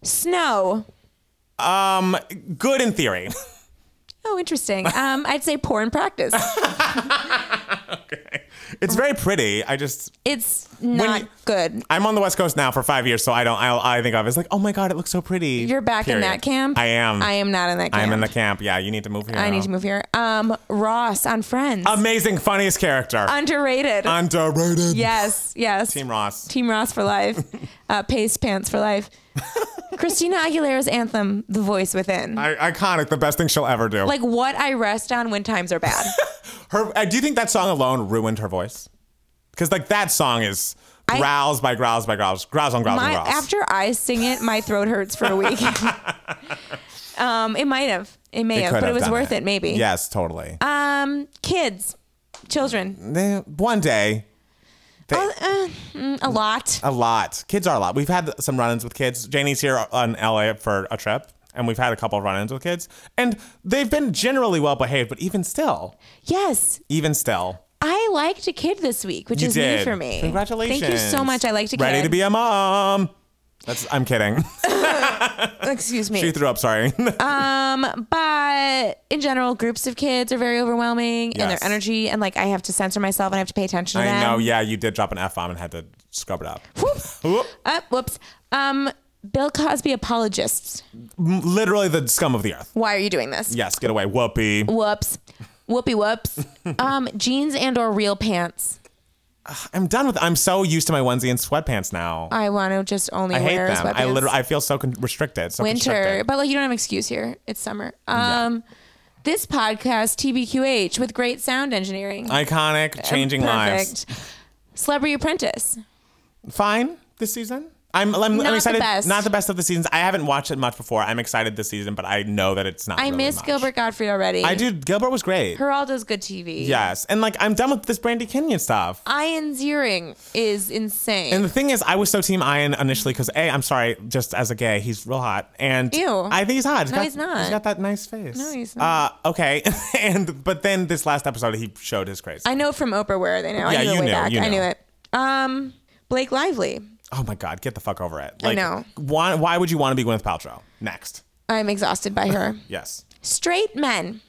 Speaker 2: Snow.
Speaker 3: Good in theory.
Speaker 2: Oh, interesting. Um, I'd say poor in practice.
Speaker 3: It's very pretty. I just
Speaker 2: It's not
Speaker 3: you-
Speaker 2: good.
Speaker 3: I'm on the West Coast now for five years, so I don't. I, I think of it as like, oh my god, it looks so pretty.
Speaker 2: You're back in
Speaker 3: Period.
Speaker 2: that camp.
Speaker 3: I am.
Speaker 2: I am not in that camp.
Speaker 3: I'm in the camp. Yeah, you need to move here.
Speaker 2: I need to move here. Um, Ross on Friends.
Speaker 3: Amazing, funniest character.
Speaker 2: Underrated.
Speaker 3: Underrated.
Speaker 2: yes. Yes.
Speaker 3: um, Team Ross.
Speaker 2: Team Ross for life. Uh, Pace Pants for life. Christina Aguilera's anthem, The Voice Within.
Speaker 3: I- iconic. The best thing she'll ever do.
Speaker 2: like what I rest on when times are bad.
Speaker 3: her. Uh, do you think that song alone ruined her voice? Because like that song is
Speaker 2: I-
Speaker 3: growls by growls by growls, growls on growls
Speaker 2: My,
Speaker 3: on growls.
Speaker 2: after I sing it, my throat hurts for a week. um, it might have. It may
Speaker 3: They
Speaker 2: have,
Speaker 3: could
Speaker 2: but it was
Speaker 3: done
Speaker 2: worth it, maybe.
Speaker 3: Yes, totally.
Speaker 2: Um, kids, children, uh,
Speaker 3: They- one day, they,
Speaker 2: mm, a lot.
Speaker 3: a lot. Kids are a lot. We've had some run-ins with kids. Janie's here on LA for a trip, and we've had a couple of run-ins with kids, and they've been generally well behaved. But even still,
Speaker 2: Yes,
Speaker 3: even still,
Speaker 2: I liked a kid this week, which
Speaker 3: you
Speaker 2: is
Speaker 3: did.
Speaker 2: new for me.
Speaker 3: Congratulations!
Speaker 2: Thank you so much. I liked a kid.
Speaker 3: Ready to be a mom. That's. I'm kidding.
Speaker 2: Excuse me.
Speaker 3: she threw up. Sorry.
Speaker 2: but in general, groups of kids are very overwhelming and
Speaker 3: Yes.
Speaker 2: their energy, and like I have to censor myself and I have to pay attention to
Speaker 3: I
Speaker 2: them.
Speaker 3: know. Yeah, you did drop an f bomb and had to scrub it up. Whoop.
Speaker 2: Uh, whoops. Um, Bill Cosby apologists.
Speaker 3: Literally the scum of the earth.
Speaker 2: Why are you doing this?
Speaker 3: Yes, get away, whoopee.
Speaker 2: Whoops. Whoopee whoops. um, jeans and or real pants.
Speaker 3: I'm done with. I'm so used to my onesie and sweatpants now.
Speaker 2: I want to just only
Speaker 3: I hate
Speaker 2: wear
Speaker 3: them.
Speaker 2: sweatpants.
Speaker 3: I literally. I feel so con- restricted. So
Speaker 2: winter,
Speaker 3: constricted.
Speaker 2: but like you don't have an excuse here. It's summer. Um, this podcast TBQH with great sound engineering,
Speaker 3: Iconic, changing lives.
Speaker 2: perfect. Celebrity Apprentice.
Speaker 3: Fine this season. I'm, I'm,
Speaker 2: Not
Speaker 3: I'm
Speaker 2: the
Speaker 3: excited.
Speaker 2: best.
Speaker 3: Not the best of the seasons. I haven't watched it much before. I'm excited this season, but I know that it's not.
Speaker 2: I
Speaker 3: really
Speaker 2: miss
Speaker 3: much.
Speaker 2: Gilbert Gottfried already.
Speaker 3: I do. Gilbert was great.
Speaker 2: Geraldo's good TV.
Speaker 3: yes, and like I'm done with this Brandy Kenyon stuff.
Speaker 2: Ian Ziering is insane.
Speaker 3: And the thing is, I was so team Ian initially because a, I'm sorry, just as a gay, he's real hot, and
Speaker 2: Ew.
Speaker 3: I think he's hot.
Speaker 2: No, he's not.
Speaker 3: He's got that nice face. No,
Speaker 2: he's
Speaker 3: not. Uh, okay, and but then this last episode, he showed his craze.
Speaker 2: I know from Oprah where are they now.
Speaker 3: Yeah,
Speaker 2: I knew
Speaker 3: you
Speaker 2: it way
Speaker 3: knew,
Speaker 2: back.
Speaker 3: you
Speaker 2: I
Speaker 3: knew.
Speaker 2: knew it. Um, Blake Lively.
Speaker 3: oh my god, get the fuck over it.
Speaker 2: I know.
Speaker 3: Why, why would you want to be Gwyneth Paltrow next?
Speaker 2: I'm exhausted by her.
Speaker 3: Yes,
Speaker 2: Straight men.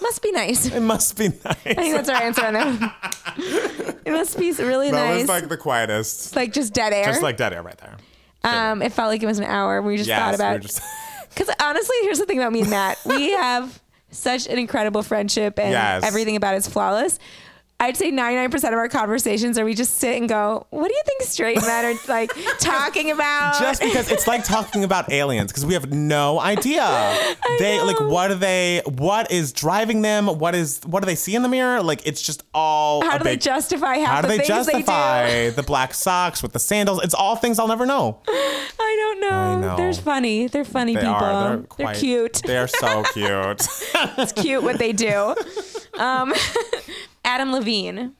Speaker 2: Must be nice.
Speaker 3: it must be nice.
Speaker 2: I think that's our answer on that. one. it must be really
Speaker 3: that
Speaker 2: nice.
Speaker 3: was
Speaker 2: like,
Speaker 3: like the quietest.
Speaker 2: just dead air.
Speaker 3: Just like dead air right there.
Speaker 2: um, it felt like it was an hour. We just
Speaker 3: Yes,
Speaker 2: thought
Speaker 3: we
Speaker 2: about
Speaker 3: were just-
Speaker 2: Because honestly, here's the thing about me and Matt. We have such an incredible friendship and
Speaker 3: Yes.
Speaker 2: everything about it's flawless. I'd say 99% of our conversations are we just sit and go, what do you think straight men are like talking about?
Speaker 3: just because it's like talking about aliens because we have no idea they like
Speaker 2: know.
Speaker 3: what are they what is driving them what is what do they see in the mirror like it's just all
Speaker 2: how
Speaker 3: a
Speaker 2: do they
Speaker 3: big-
Speaker 2: justify half
Speaker 3: how
Speaker 2: the
Speaker 3: do they
Speaker 2: things
Speaker 3: justify
Speaker 2: they do?
Speaker 3: the black socks with the sandals it's all things i'll never know
Speaker 2: I don't know.
Speaker 3: know.
Speaker 2: They're funny. They're funny
Speaker 3: they
Speaker 2: people.
Speaker 3: are they're,
Speaker 2: they're,
Speaker 3: quite-
Speaker 2: cute.
Speaker 3: they are so cute
Speaker 2: it's cute what they do. Um, Adam Levine.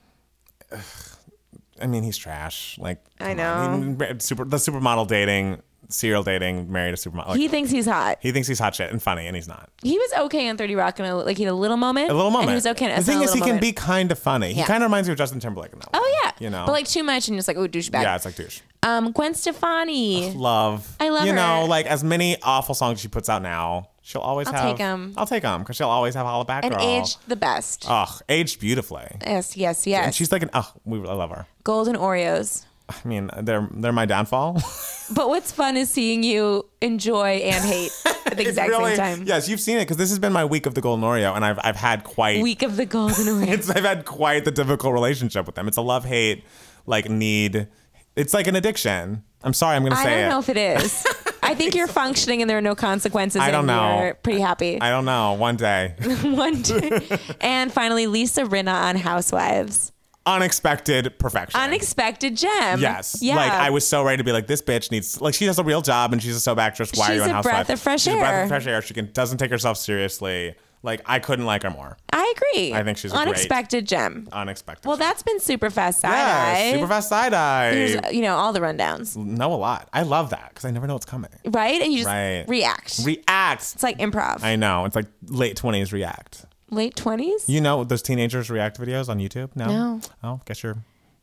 Speaker 3: i mean he's trash like
Speaker 2: I
Speaker 3: come on.
Speaker 2: know.
Speaker 3: He- super the supermodel dating serial dating, married a supermodel. Like,
Speaker 2: He
Speaker 3: he,
Speaker 2: thinks he's hot.
Speaker 3: thinks he's hot shit and funny, and he's not.
Speaker 2: He was okay on Thirty Rock, and like he had a little moment.
Speaker 3: A little moment.
Speaker 2: And he was okay.
Speaker 3: the thing is, he can
Speaker 2: moment.
Speaker 3: be kind of funny. He
Speaker 2: Yeah.
Speaker 3: kind of reminds me of Justin Timberlake. In that one.
Speaker 2: Oh yeah,
Speaker 3: You know.
Speaker 2: but like too much, and just like oh douchebag.
Speaker 3: yeah, it's like douche.
Speaker 2: Um, Gwen Stefani.
Speaker 3: Love.
Speaker 2: I love
Speaker 3: You know,
Speaker 2: her.
Speaker 3: like as many awful songs she puts out now, she'll always have.
Speaker 2: take 'em.
Speaker 3: I'll take them because she'll always have Holla Back
Speaker 2: And
Speaker 3: Girl.
Speaker 2: aged the best.
Speaker 3: Ugh, aged beautifully.
Speaker 2: Yes, yes,
Speaker 3: And
Speaker 2: yes.
Speaker 3: she's like an. Oh, we I love her.
Speaker 2: Golden Oreos.
Speaker 3: I mean, they're they're my downfall.
Speaker 2: But what's fun is seeing you enjoy and hate at the
Speaker 3: It's
Speaker 2: exact
Speaker 3: really-
Speaker 2: same time.
Speaker 3: Yes, you've seen it because this has been my week of the Golden Oreo, and I've I've had quite
Speaker 2: Week of the Golden Oreos.
Speaker 3: it's I've had quite the difficult relationship with them. It's a love hate like need. It's like an addiction. I'm sorry, I'm gonna
Speaker 2: I
Speaker 3: say
Speaker 2: don't
Speaker 3: it.
Speaker 2: know if it is. I think you're functioning and there are no consequences.
Speaker 3: I don't
Speaker 2: and
Speaker 3: know.
Speaker 2: You're pretty happy.
Speaker 3: I don't know. One day,
Speaker 2: One day. and finally, Lisa Rinna on Housewives.
Speaker 3: unexpected perfection.
Speaker 2: Unexpected gem.
Speaker 3: Yes.
Speaker 2: Yeah.
Speaker 3: Like I was so ready to be like, this bitch needs like she has a real job and she's a soap actress. Why are
Speaker 2: She's
Speaker 3: you on
Speaker 2: a
Speaker 3: Housewives?
Speaker 2: breath of fresh
Speaker 3: she's a breath
Speaker 2: air.
Speaker 3: of fresh air. She can doesn't take herself seriously. Like I couldn't like her more.
Speaker 2: I agree.
Speaker 3: I think she's a great-
Speaker 2: unexpected gem.
Speaker 3: Unexpected.
Speaker 2: Well, that's been super fast.
Speaker 3: yes, super fast side eye.
Speaker 2: You know all the rundowns,
Speaker 3: Know a lot. I love that because I never know what's coming.
Speaker 2: right? And you just
Speaker 3: Right.
Speaker 2: react.
Speaker 3: React.
Speaker 2: it's like improv.
Speaker 3: I know. It's like late twenties react.
Speaker 2: Late twenties.
Speaker 3: You know those teenagers react videos on YouTube? No.
Speaker 2: No. Oh,
Speaker 3: Oh, guess you're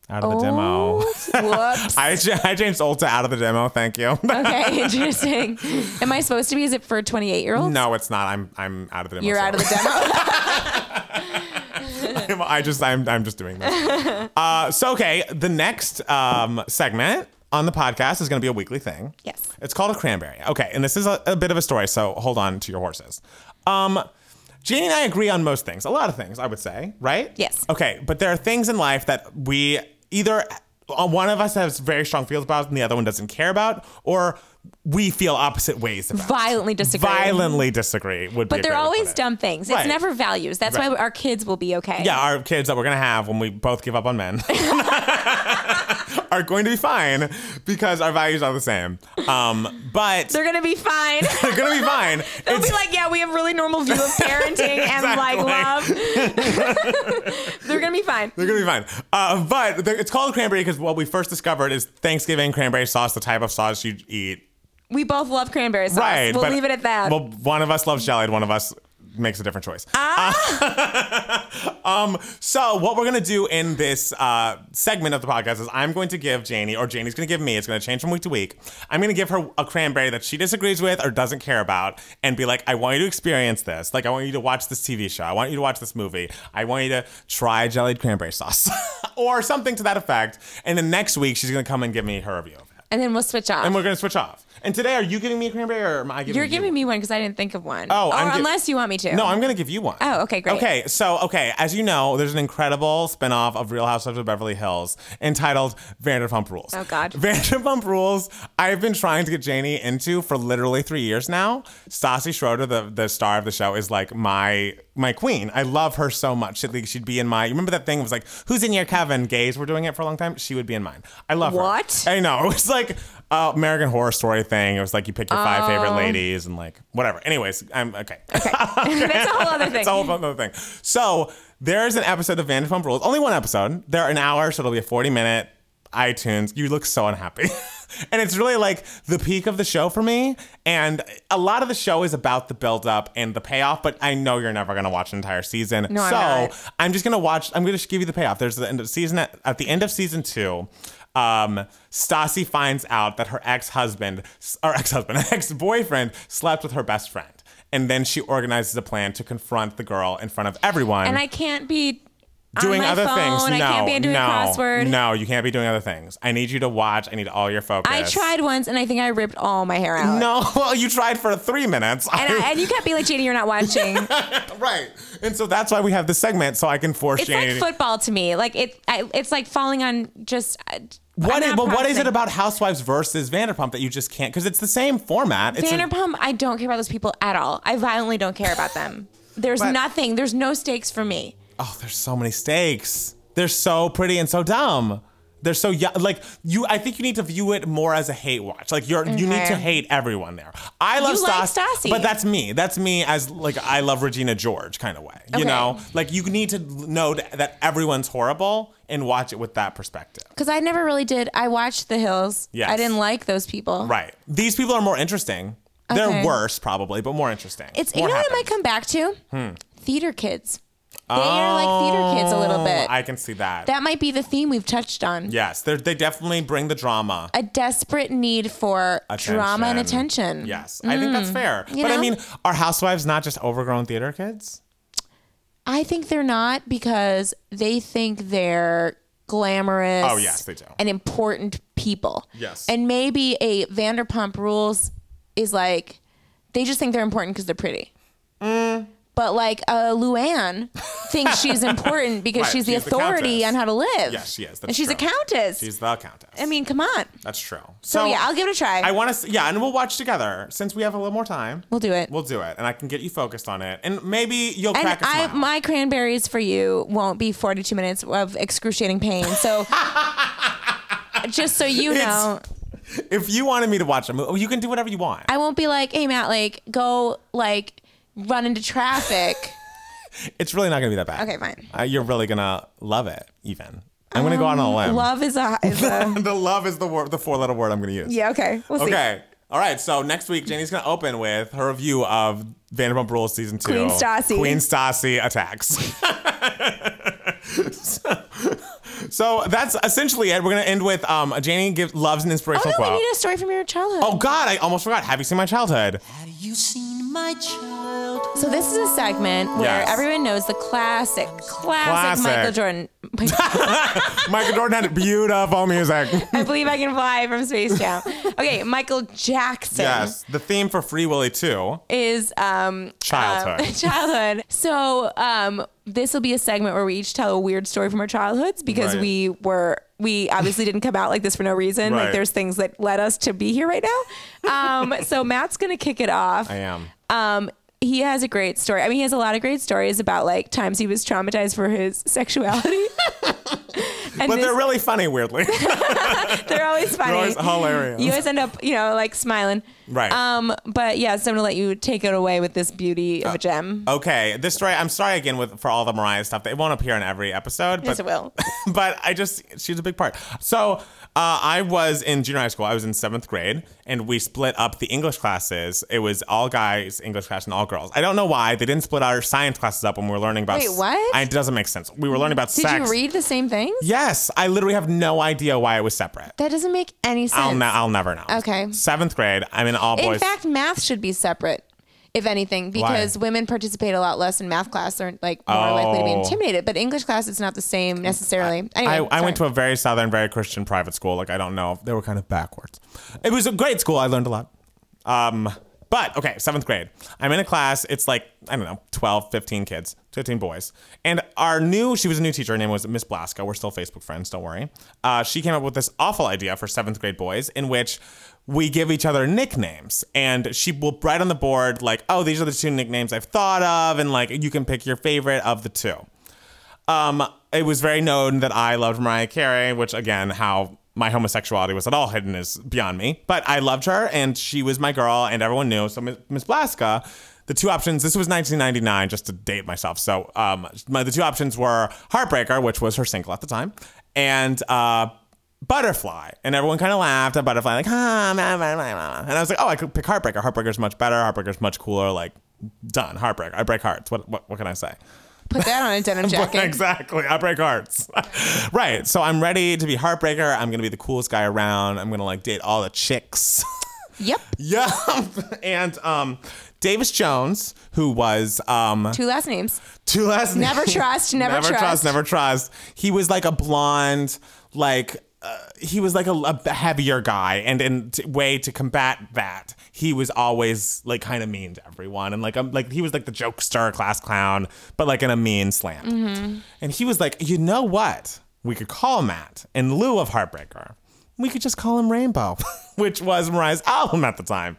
Speaker 3: out of the demo.
Speaker 2: Whoops.
Speaker 3: I, ch- I changed old to out of the demo. Thank you.
Speaker 2: Okay, interesting. Am I supposed to be? Is it for 28 year olds?
Speaker 3: no, it's not. I'm I'm out of the demo.
Speaker 2: You're out of the demo.
Speaker 3: demo. I just I'm I'm just doing this. Uh, so okay, the next um, segment on the podcast is going to be a weekly thing.
Speaker 2: Yes.
Speaker 3: It's called a cranberry. Okay, and this is a, a bit of a story, so hold on to your horses. Um, Janie and I agree on most things, a lot of things, I would say, right?
Speaker 2: Yes.
Speaker 3: Okay, but there are things in life that we either uh, one of us has very strong feelings about and the other one doesn't care about, or we feel opposite ways about.
Speaker 2: Violently disagree.
Speaker 3: Violently disagree would be. a
Speaker 2: But they're
Speaker 3: great way to put
Speaker 2: always
Speaker 3: it.
Speaker 2: dumb things. It's
Speaker 3: Right.
Speaker 2: never values. That's why
Speaker 3: Right.
Speaker 2: our kids will be okay.
Speaker 3: Yeah, our kids that we're gonna have when we both give up on men are going to be fine because our values are the same. Um, but
Speaker 2: They're going to be fine.
Speaker 3: they're gonna be fine.
Speaker 2: They'll
Speaker 3: It's-
Speaker 2: be like, yeah, we have really normal view of parenting and like
Speaker 3: Exactly.
Speaker 2: love. they're going to be fine.
Speaker 3: They're gonna be fine. Uh, but they're- it's called cranberry because what we first discovered is Thanksgiving cranberry sauce, the type of sauce you eat.
Speaker 2: We both love cranberry sauce.
Speaker 3: Right.
Speaker 2: we'll
Speaker 3: but-
Speaker 2: leave it at that.
Speaker 3: Well, one of us loves jelly, and one of us makes a different choice.
Speaker 2: Ah.
Speaker 3: um, so what we're gonna do in this uh, segment of the podcast is I'm going to give Janie, or Janie's gonna give me. It's gonna change from week to week. I'm gonna give her a cranberry that she disagrees with or doesn't care about, and be like, I want you to experience this. Like, I want you to watch this TV show. I want you to watch this movie. I want you to try jellied cranberry sauce, or something to that effect. And then next week she's gonna come and give me her review of it.
Speaker 2: and then we'll switch off.
Speaker 3: And we're gonna switch off. And today, are you giving me a cranberry or am I giving
Speaker 2: You're
Speaker 3: you
Speaker 2: giving me one because I didn't think of one.
Speaker 3: Oh,
Speaker 2: or
Speaker 3: I'm gi-
Speaker 2: unless you want me to.
Speaker 3: No, I'm gonna give you one.
Speaker 2: Oh, okay, great.
Speaker 3: Okay, so okay, as you know, there's an incredible spinoff of Real Housewives of Beverly Hills entitled Vanderpump Rules.
Speaker 2: Oh, God.
Speaker 3: Vanderpump Rules. I've been trying to get Janie into for literally three years now. Stassi Schroeder, the the star of the show, is like my my queen. I love her so much. She'd, like, she'd be in my. You remember that thing? It was like, who's in your coven? Gays were doing it for a long time. She would be in mine. I love her.
Speaker 2: What?
Speaker 3: I know. It was like uh, American Horror Story thing. It was like you pick your five
Speaker 2: Oh.
Speaker 3: favorite ladies and like whatever. Anyways, I'm okay.
Speaker 2: That's a whole other thing.
Speaker 3: It's a whole other thing. So there's an episode of Vanderpump Rules, only one episode. They're an hour, so it'll be a 40 minute iTunes. You look so unhappy. and it's really like the peak of the show for me. And a lot of the show is about the build up and the payoff, but I know you're never going to watch an entire season.
Speaker 2: No, I'm
Speaker 3: so
Speaker 2: not.
Speaker 3: I'm just gonna watch. I'm gonna just give you the payoff. There's the end of season at the end of season two. Um, Stassi finds out that her ex-husband, or ex-husband, ex-boyfriend, slept with her best friend, and then she organizes a plan to confront the girl in front of everyone.
Speaker 2: and I can't be
Speaker 3: doing
Speaker 2: on my
Speaker 3: other
Speaker 2: phone.
Speaker 3: things.
Speaker 2: I
Speaker 3: no,
Speaker 2: can't be doing
Speaker 3: no,
Speaker 2: crossword.
Speaker 3: no, you can't be doing other things. I need you to watch. I need all your focus.
Speaker 2: I tried once, and I think I ripped all my hair out.
Speaker 3: No, well, you tried for three minutes.
Speaker 2: And, I, and you kept being like, Janie, you're not watching.
Speaker 3: right, and so that's why we have this segment, so I can force
Speaker 2: It's
Speaker 3: Janie.
Speaker 2: like football to me. Like it, I, it's like falling on just. I-
Speaker 3: What
Speaker 2: I'm
Speaker 3: is,
Speaker 2: not
Speaker 3: but what is it
Speaker 2: processing.
Speaker 3: about Housewives versus Vanderpump that you just can't? Because it's the same format. It's a-
Speaker 2: Vanderpump? I don't care about those people at all. I violently don't care about them. There's
Speaker 3: But-
Speaker 2: nothing. There's no stakes for me.
Speaker 3: oh, there's so many stakes. They're so pretty and so dumb. they're so young. Like you, I think you need to view it more as a hate watch. Like you're, you need to hate everyone there. I love
Speaker 2: You like
Speaker 3: Stas-
Speaker 2: Stassi.
Speaker 3: but that's me. That's me as like I love Regina George kind of way. You
Speaker 2: Okay.
Speaker 3: know, like you need to know that everyone's horrible and watch it with that perspective.
Speaker 2: Because I never really did. I watched The Hills.
Speaker 3: Yes.
Speaker 2: I didn't like those people.
Speaker 3: Right. These people are more interesting. They're
Speaker 2: Okay.
Speaker 3: worse probably, but more interesting.
Speaker 2: It's you
Speaker 3: more
Speaker 2: know what it might
Speaker 3: happens. Hmm.
Speaker 2: come back to? Theater kids. They are like theater kids a little bit.
Speaker 3: Oh, I can see that.
Speaker 2: that might be the theme we've touched on.
Speaker 3: yes, they're- they definitely bring the drama.
Speaker 2: A desperate need for drama and attention. Mm.
Speaker 3: Yes, I think that's fair.
Speaker 2: You
Speaker 3: but I
Speaker 2: know?
Speaker 3: mean, are housewives not just overgrown theater kids?
Speaker 2: I think they're not because they think they're glamorous.
Speaker 3: Oh, yes, they do.
Speaker 2: And important people.
Speaker 3: Yes.
Speaker 2: And maybe a Vanderpump Rules is like they just think they're important because they're pretty.
Speaker 3: Mm.
Speaker 2: But like uh, Luann thinks she's important because
Speaker 3: Right,
Speaker 2: she's the
Speaker 3: she's the
Speaker 2: authority
Speaker 3: countess.
Speaker 2: on how to live.
Speaker 3: Yes, she is. That's
Speaker 2: and she's a
Speaker 3: true.
Speaker 2: countess.
Speaker 3: She's the countess.
Speaker 2: I mean, come on.
Speaker 3: that's true.
Speaker 2: So, yeah, I'll give it a try.
Speaker 3: I want to. Yeah, and we'll watch together since we have a little more time.
Speaker 2: we'll do it.
Speaker 3: We'll do it, and I can get you focused on it, and maybe you'll
Speaker 2: and
Speaker 3: crack a
Speaker 2: I,
Speaker 3: smile.
Speaker 2: my cranberries for you won't be 42 minutes of excruciating pain. So just so you
Speaker 3: It's-
Speaker 2: know,
Speaker 3: if you wanted me to watch a movie, oh, you can do whatever you want.
Speaker 2: I won't be like, hey, Matt, like, go, like, run into traffic.
Speaker 3: it's really not gonna be that bad.
Speaker 2: Okay, fine.
Speaker 3: Uh, you're really gonna love it. Even I'm gonna go out on a limb.
Speaker 2: Love is a. Is a
Speaker 3: the love is the word, the four letter word I'm gonna use.
Speaker 2: yeah, okay. We'll see.
Speaker 3: Okay. All right. So next week, Jenny's going to open with her review of Vanderpump Rules season two.
Speaker 2: Queen Stassi.
Speaker 3: Queen Stassi attacks. so, so that's essentially it. We're going to end with um, Jenny give, loves an
Speaker 2: Oh,
Speaker 3: inspirational
Speaker 2: no, we
Speaker 3: quote.
Speaker 2: need a story from your childhood.
Speaker 3: oh, God. I almost forgot. Have you seen my childhood?
Speaker 4: You seen my child?
Speaker 2: So this is a segment where
Speaker 3: Yes.
Speaker 2: everyone knows the classic, classic,
Speaker 3: Classic.
Speaker 2: Michael Jordan.
Speaker 3: Michael Jordan had beautiful music.
Speaker 2: I believe I can fly from space down. Okay, Michael Jackson.
Speaker 3: yes. The theme for Free Willy 2.
Speaker 2: is um
Speaker 3: Childhood.
Speaker 2: um, childhood. So um this will be a segment where we each tell a weird story from our childhoods because
Speaker 3: Right.
Speaker 2: we were we obviously didn't come out like this for no reason.
Speaker 3: Right.
Speaker 2: Like there's things that led us to be here right now. Um so Matt's gonna kick it off.
Speaker 3: I am.
Speaker 2: Um he has a great story. I mean, he has a lot of great stories about like times he was traumatized for his sexuality. and
Speaker 3: But
Speaker 2: this-
Speaker 3: they're really funny, weirdly.
Speaker 2: they're always funny.
Speaker 3: always hilarious.
Speaker 2: You always end up, you know, like smiling.
Speaker 3: Right.
Speaker 2: Um, but yeah, so I'm gonna let you take it away with this beauty
Speaker 3: Uh,
Speaker 2: of a gem.
Speaker 3: okay. This story, I'm sorry again with for all the Mariah stuff. It won't appear in every episode. uh, But
Speaker 2: yes, it will.
Speaker 3: but I just she's a big part. So uh, I was in junior high school. I was in seventh grade, and we split up the English classes. It was all guys English class and all girls. I don't know why they didn't split our science classes up when we were learning about.
Speaker 2: Wait,
Speaker 3: s-
Speaker 2: what?
Speaker 3: I, it doesn't make sense. We were learning about
Speaker 2: Did
Speaker 3: sex.
Speaker 2: you read the same things?
Speaker 3: Yes, I literally have no idea why it was separate.
Speaker 2: That doesn't make any sense.
Speaker 3: I'll, ne- I'll never know.
Speaker 2: Okay.
Speaker 3: Seventh grade, I'm in all
Speaker 2: In
Speaker 3: boys.
Speaker 2: fact, math should be separate, if anything, because women participate a lot less in math class. They're like more likely to be
Speaker 3: Oh.
Speaker 2: intimidated. But English class, it's not the same necessarily. anyway,
Speaker 3: I, I went to
Speaker 2: sorry.
Speaker 3: a very southern, very Christian private school. Like I don't know, they were kind of backwards. It was a great school. I learned a lot. Um, but okay, seventh grade. I'm in a class. It's like I don't know, 12, 15 kids, 15 boys. And our new, she was a new teacher. Her name was Miss Blasco. We're still Facebook friends. Don't worry. Uh, she came up with this awful idea for seventh grade boys, in which we give each other nicknames and she will write on the board like oh these are the two nicknames i've thought of and like you can pick your favorite of the two um, it was very known that I loved Mariah Carey, which again, how my homosexuality was at all hidden is beyond me. But I loved her, and she was my girl, and everyone knew. So Ms. Ms. Blaska, the two options. This was 1999, just to date myself. So um, my, the two options were "Heartbreaker," which was her single at the time, and uh, Butterfly. And everyone kind of laughed at Butterfly, like, ah, ma, ma, ma, ma. and I was like, oh, I could pick Heartbreaker. Heartbreaker's much better. Heartbreaker's much cooler. Like, done. Heartbreaker. I break hearts. What, what, what can I say?
Speaker 2: put that on a denim jacket.
Speaker 3: Exactly. I break hearts. right. So I'm ready to be heartbreaker. I'm gonna be the coolest guy around. I'm gonna like date all the chicks.
Speaker 2: Yep.
Speaker 3: yeah. And um Davis Jones, who was um
Speaker 2: Two last names.
Speaker 3: two last
Speaker 2: Never
Speaker 3: names.
Speaker 2: trust, never
Speaker 3: never
Speaker 2: trust.
Speaker 3: never trust. He was like a blonde, like uh, he was like a, a heavier guy, and in t- way to combat that, he was always like kind of mean to everyone, and like um, like he was like the jokester, class clown, but like in a mean slant. And he was like, you know what? We could call Matt in lieu of Heartbreaker. We could just call him Rainbow, which was Mariah's album at the time.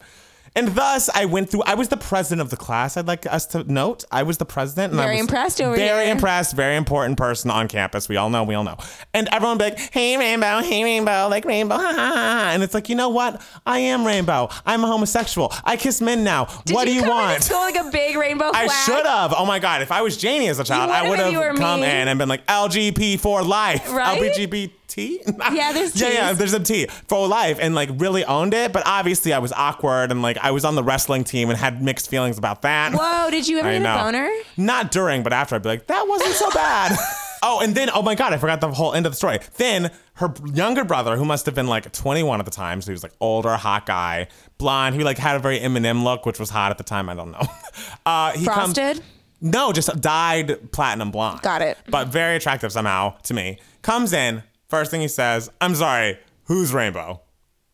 Speaker 3: And thus, I went through. I was the president of the class. I'd like us to note. I was the president. And I
Speaker 2: Very
Speaker 3: was
Speaker 2: impressed over
Speaker 3: Very
Speaker 2: here.
Speaker 3: impressed. Very important person on campus. We all know. We all know. And everyone be like, "Hey, Rainbow. Hey, Rainbow. Like Rainbow." Ha, ha, ha. ha." And it's like, you know what? I am Rainbow. I'm a homosexual. I kiss men now.
Speaker 2: Did
Speaker 3: what do you
Speaker 2: come
Speaker 3: want?
Speaker 2: Into school like a big rainbow
Speaker 3: I
Speaker 2: flag.
Speaker 3: should have. Oh my god! If I was Janie as a child, I
Speaker 2: would've
Speaker 3: would
Speaker 2: if
Speaker 3: have
Speaker 2: you were
Speaker 3: come
Speaker 2: me.
Speaker 3: in and been like LGP for life,
Speaker 2: Right?
Speaker 3: LGBT.
Speaker 2: Yeah, there's
Speaker 3: yeah, yeah.
Speaker 2: Ts.
Speaker 3: There's a T for life, and like really owned it. But obviously, I was awkward and like I was on the wrestling team and had mixed feelings about that.
Speaker 2: Whoa, did you ever
Speaker 3: I
Speaker 2: get
Speaker 3: know.
Speaker 2: a boner?
Speaker 3: Not during, but after, I'd be like, that wasn't so bad. oh, and then, oh my God, I forgot the whole end of the story. Then her younger brother, who must have been like 21 at the time, so he was like older, hot guy, blonde, who like had a very Eminem look, which was hot at the time. I don't know. Uh, he comes-
Speaker 2: Frosted?
Speaker 3: no, just dyed platinum blonde.
Speaker 2: Got it.
Speaker 3: But very attractive somehow to me. Comes in, first thing he says, I'm sorry, who's Rainbow?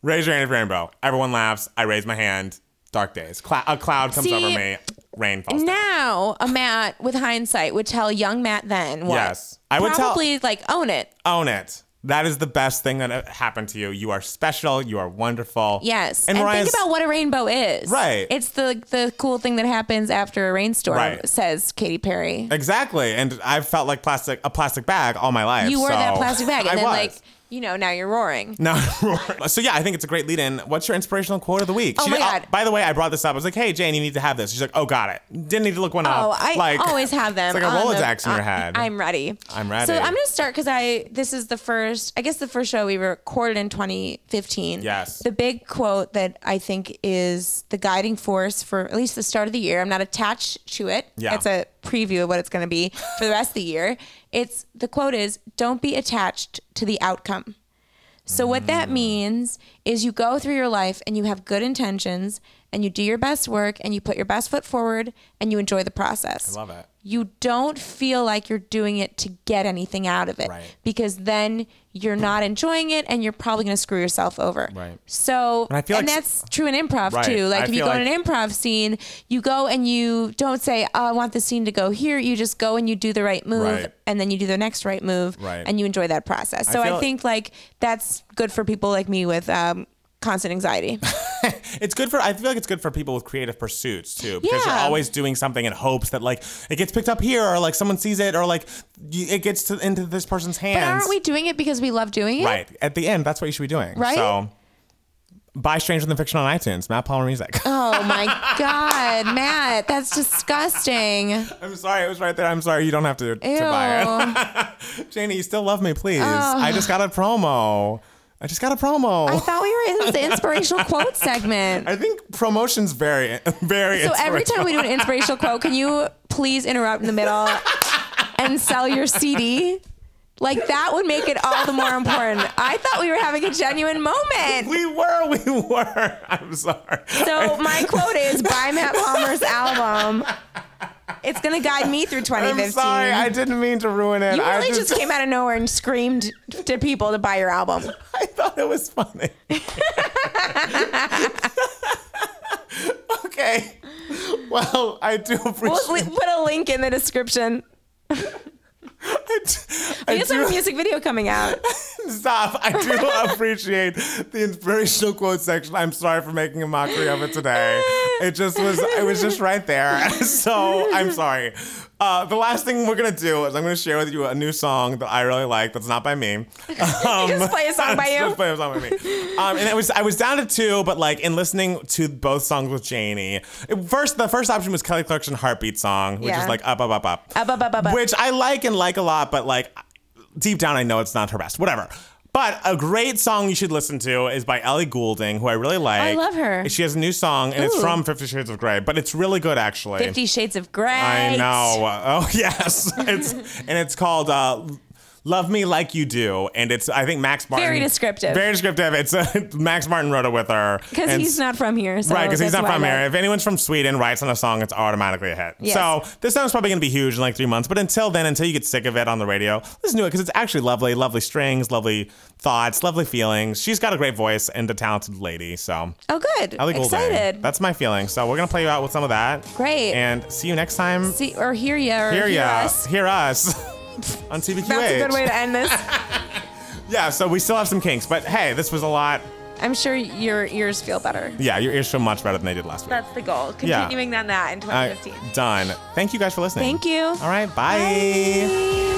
Speaker 3: Raise your hand if you're Rainbow. Everyone laughs. I raise my hand. Dark days. Cla- a cloud comes
Speaker 2: See,
Speaker 3: over me. Rain falls. down.
Speaker 2: Now, a Matt with hindsight would tell young Matt then what?
Speaker 3: Yes. I would tell-
Speaker 2: probably like own it.
Speaker 3: Own it. That is the best thing that happened to you. You are special. You are wonderful.
Speaker 2: Yes.
Speaker 3: And,
Speaker 2: And,
Speaker 3: Mariah's-
Speaker 2: think about what a rainbow is.
Speaker 3: Right.
Speaker 2: It's the the cool thing that happens after a rainstorm,
Speaker 3: Right.
Speaker 2: says Katy Perry.
Speaker 3: Exactly. And I've felt like plastic a plastic bag all my life.
Speaker 2: You wore
Speaker 3: so-
Speaker 2: that plastic bag and
Speaker 3: I
Speaker 2: then
Speaker 3: was.
Speaker 2: like you know, now you're roaring.
Speaker 3: No. so yeah, I think it's a great lead-in. What's your inspirational quote of the week?
Speaker 2: Oh my God.
Speaker 3: by the way, I brought this up. I was like, "Hey, Jane, you need to have this." She's like, "Oh, got it." Didn't need to look one up.
Speaker 2: Oh, I
Speaker 3: like,
Speaker 2: always have them.
Speaker 3: It's like a
Speaker 2: on the- uh,
Speaker 3: Rolodex in your
Speaker 2: on-
Speaker 3: head.
Speaker 2: I'm ready.
Speaker 3: I'm ready.
Speaker 2: So I'm gonna start because I this is the first I guess the first show we recorded in 2015.
Speaker 3: Yes.
Speaker 2: The big quote that I think is the guiding force for at least the start of the year. I'm not attached to it.
Speaker 3: Yeah.
Speaker 2: It's a preview of what it's gonna be for the rest of the year. It's the quote is don't be attached to the outcome. So what that means is you go through your life and you have good intentions and you do your best work and you put your best foot forward and you enjoy the process.
Speaker 3: I love it.
Speaker 2: You don't feel like you're doing it to get anything out of it
Speaker 3: Right.
Speaker 2: because then you're not enjoying it and you're probably going to screw yourself over.
Speaker 3: Right.
Speaker 2: So
Speaker 3: And I feel
Speaker 2: and
Speaker 3: like-
Speaker 2: that's true in improv
Speaker 3: Right.
Speaker 2: too. Like
Speaker 3: I
Speaker 2: if you
Speaker 3: feel
Speaker 2: go
Speaker 3: like-
Speaker 2: to an improv scene, you go and you don't say, oh, "I want the scene to go here." You just go and you do the right move
Speaker 3: Right.
Speaker 2: and then you do the next right move
Speaker 3: Right.
Speaker 2: and you enjoy that process. So
Speaker 3: feel-
Speaker 2: I think like that's good for people like me with um, constant anxiety.
Speaker 3: It's good for. I feel like it's good for people with creative pursuits too, because you're
Speaker 2: Yeah.
Speaker 3: always doing something in hopes that like it gets picked up here, or like someone sees it, or like you, it gets to, into this person's hands.
Speaker 2: but aren't we doing it because we love doing it?
Speaker 3: Right. At the end, that's what you should be doing.
Speaker 2: Right?
Speaker 3: So buy Stranger Than Fiction on iTunes, Matt Palmer Music.
Speaker 2: Oh my God, Matt, that's disgusting. Ew.
Speaker 3: I'm sorry, it was right there. I'm sorry, you don't have to, to buy
Speaker 2: I
Speaker 3: it. Janie, you still love me, please.
Speaker 2: Uh.
Speaker 3: I just got a promo. I just got a promo. I,
Speaker 2: thought we were in the inspirational quote segment.
Speaker 3: think promotion's very, very.
Speaker 2: So every
Speaker 3: inspirational.
Speaker 2: time we do an inspirational quote, can you please interrupt in the middle and sell your CD? Like that would make it all the more important. I thought we were having a genuine moment.
Speaker 3: we were, we were. I'm sorry.
Speaker 2: So my quote is buy Matt Palmer's album. It's gonna guide me through 2015.
Speaker 3: I'm sorry. I didn't mean to ruin it.
Speaker 2: you
Speaker 3: I
Speaker 2: really just, came out of nowhere and screamed to people to buy your album.
Speaker 3: I thought it was funny. okay. Well, I do appreciate.
Speaker 2: We'll li- put a link in the description.
Speaker 3: I
Speaker 2: We just have a music video coming out.
Speaker 3: Stop. I do appreciate the inspirational quote section. I'm sorry for making a mockery of it today. It just was, it was just right there. So I'm sorry. Uh, the last thing we're going to do is I'm going to share with you a new song that I really like that's not by me.
Speaker 2: just play a song by you.
Speaker 3: It's just by- it's not by me. Um, and it was I was down to two, but like in listening to both songs with Janie, it- first the first option was Kelly Clarkson "Heartbeat" song, which
Speaker 2: Yeah.
Speaker 3: is like up, up, up, up,
Speaker 2: Up, up, up, up, up.
Speaker 3: which I like and like a lot, but like deep down I know it's not her best. Whatever. But a great song you should listen to is by Ellie Goulding, who I really like.
Speaker 2: love her.
Speaker 3: She has a new song, and it's
Speaker 2: Ooh.
Speaker 3: from Fifty Shades of Grey, but it's really good actually.
Speaker 2: Fifty Shades of Grey.
Speaker 3: I know. Oh yes, it's and it's called uh, "Love Me Like You Do," and it's I think Max Martin.
Speaker 2: Very descriptive.
Speaker 3: Very descriptive. It's uh, Max Martin wrote it with her
Speaker 2: Because
Speaker 3: And
Speaker 2: he's not from here. So
Speaker 3: Right, because he's
Speaker 2: that's
Speaker 3: not
Speaker 2: why I
Speaker 3: from
Speaker 2: know.
Speaker 3: here. If anyone's from Sweden writes on a song, it's automatically a hit.
Speaker 2: Yes.
Speaker 3: So this song's probably going to be huge in like three months. But until then, until you get sick of it on the radio, listen to it because it's actually lovely. Lovely strings, lovely thoughts, lovely feelings. She's got a great voice and a talented lady. So
Speaker 2: Oh, good.
Speaker 3: Ellie Goulding.
Speaker 2: Excited.
Speaker 3: That's my feeling. So we're going to play you out with some of that.
Speaker 2: Great.
Speaker 3: And see you next time
Speaker 2: See or hear you or
Speaker 3: hear
Speaker 2: hear,
Speaker 3: ya,
Speaker 2: us.
Speaker 3: hear us on TBQH.
Speaker 2: That's a good way to end this.
Speaker 3: yeah, so we still have some kinks, but hey, this was a lot.
Speaker 2: I'm sure your ears feel better.
Speaker 3: Yeah, your ears feel much better than they did last week.
Speaker 2: That's the goal.
Speaker 3: Yeah.
Speaker 2: Continuing on that in
Speaker 3: Uh,
Speaker 2: 2015.
Speaker 3: done. Thank you guys for listening.
Speaker 2: Thank you.
Speaker 3: All right, bye.
Speaker 2: Bye.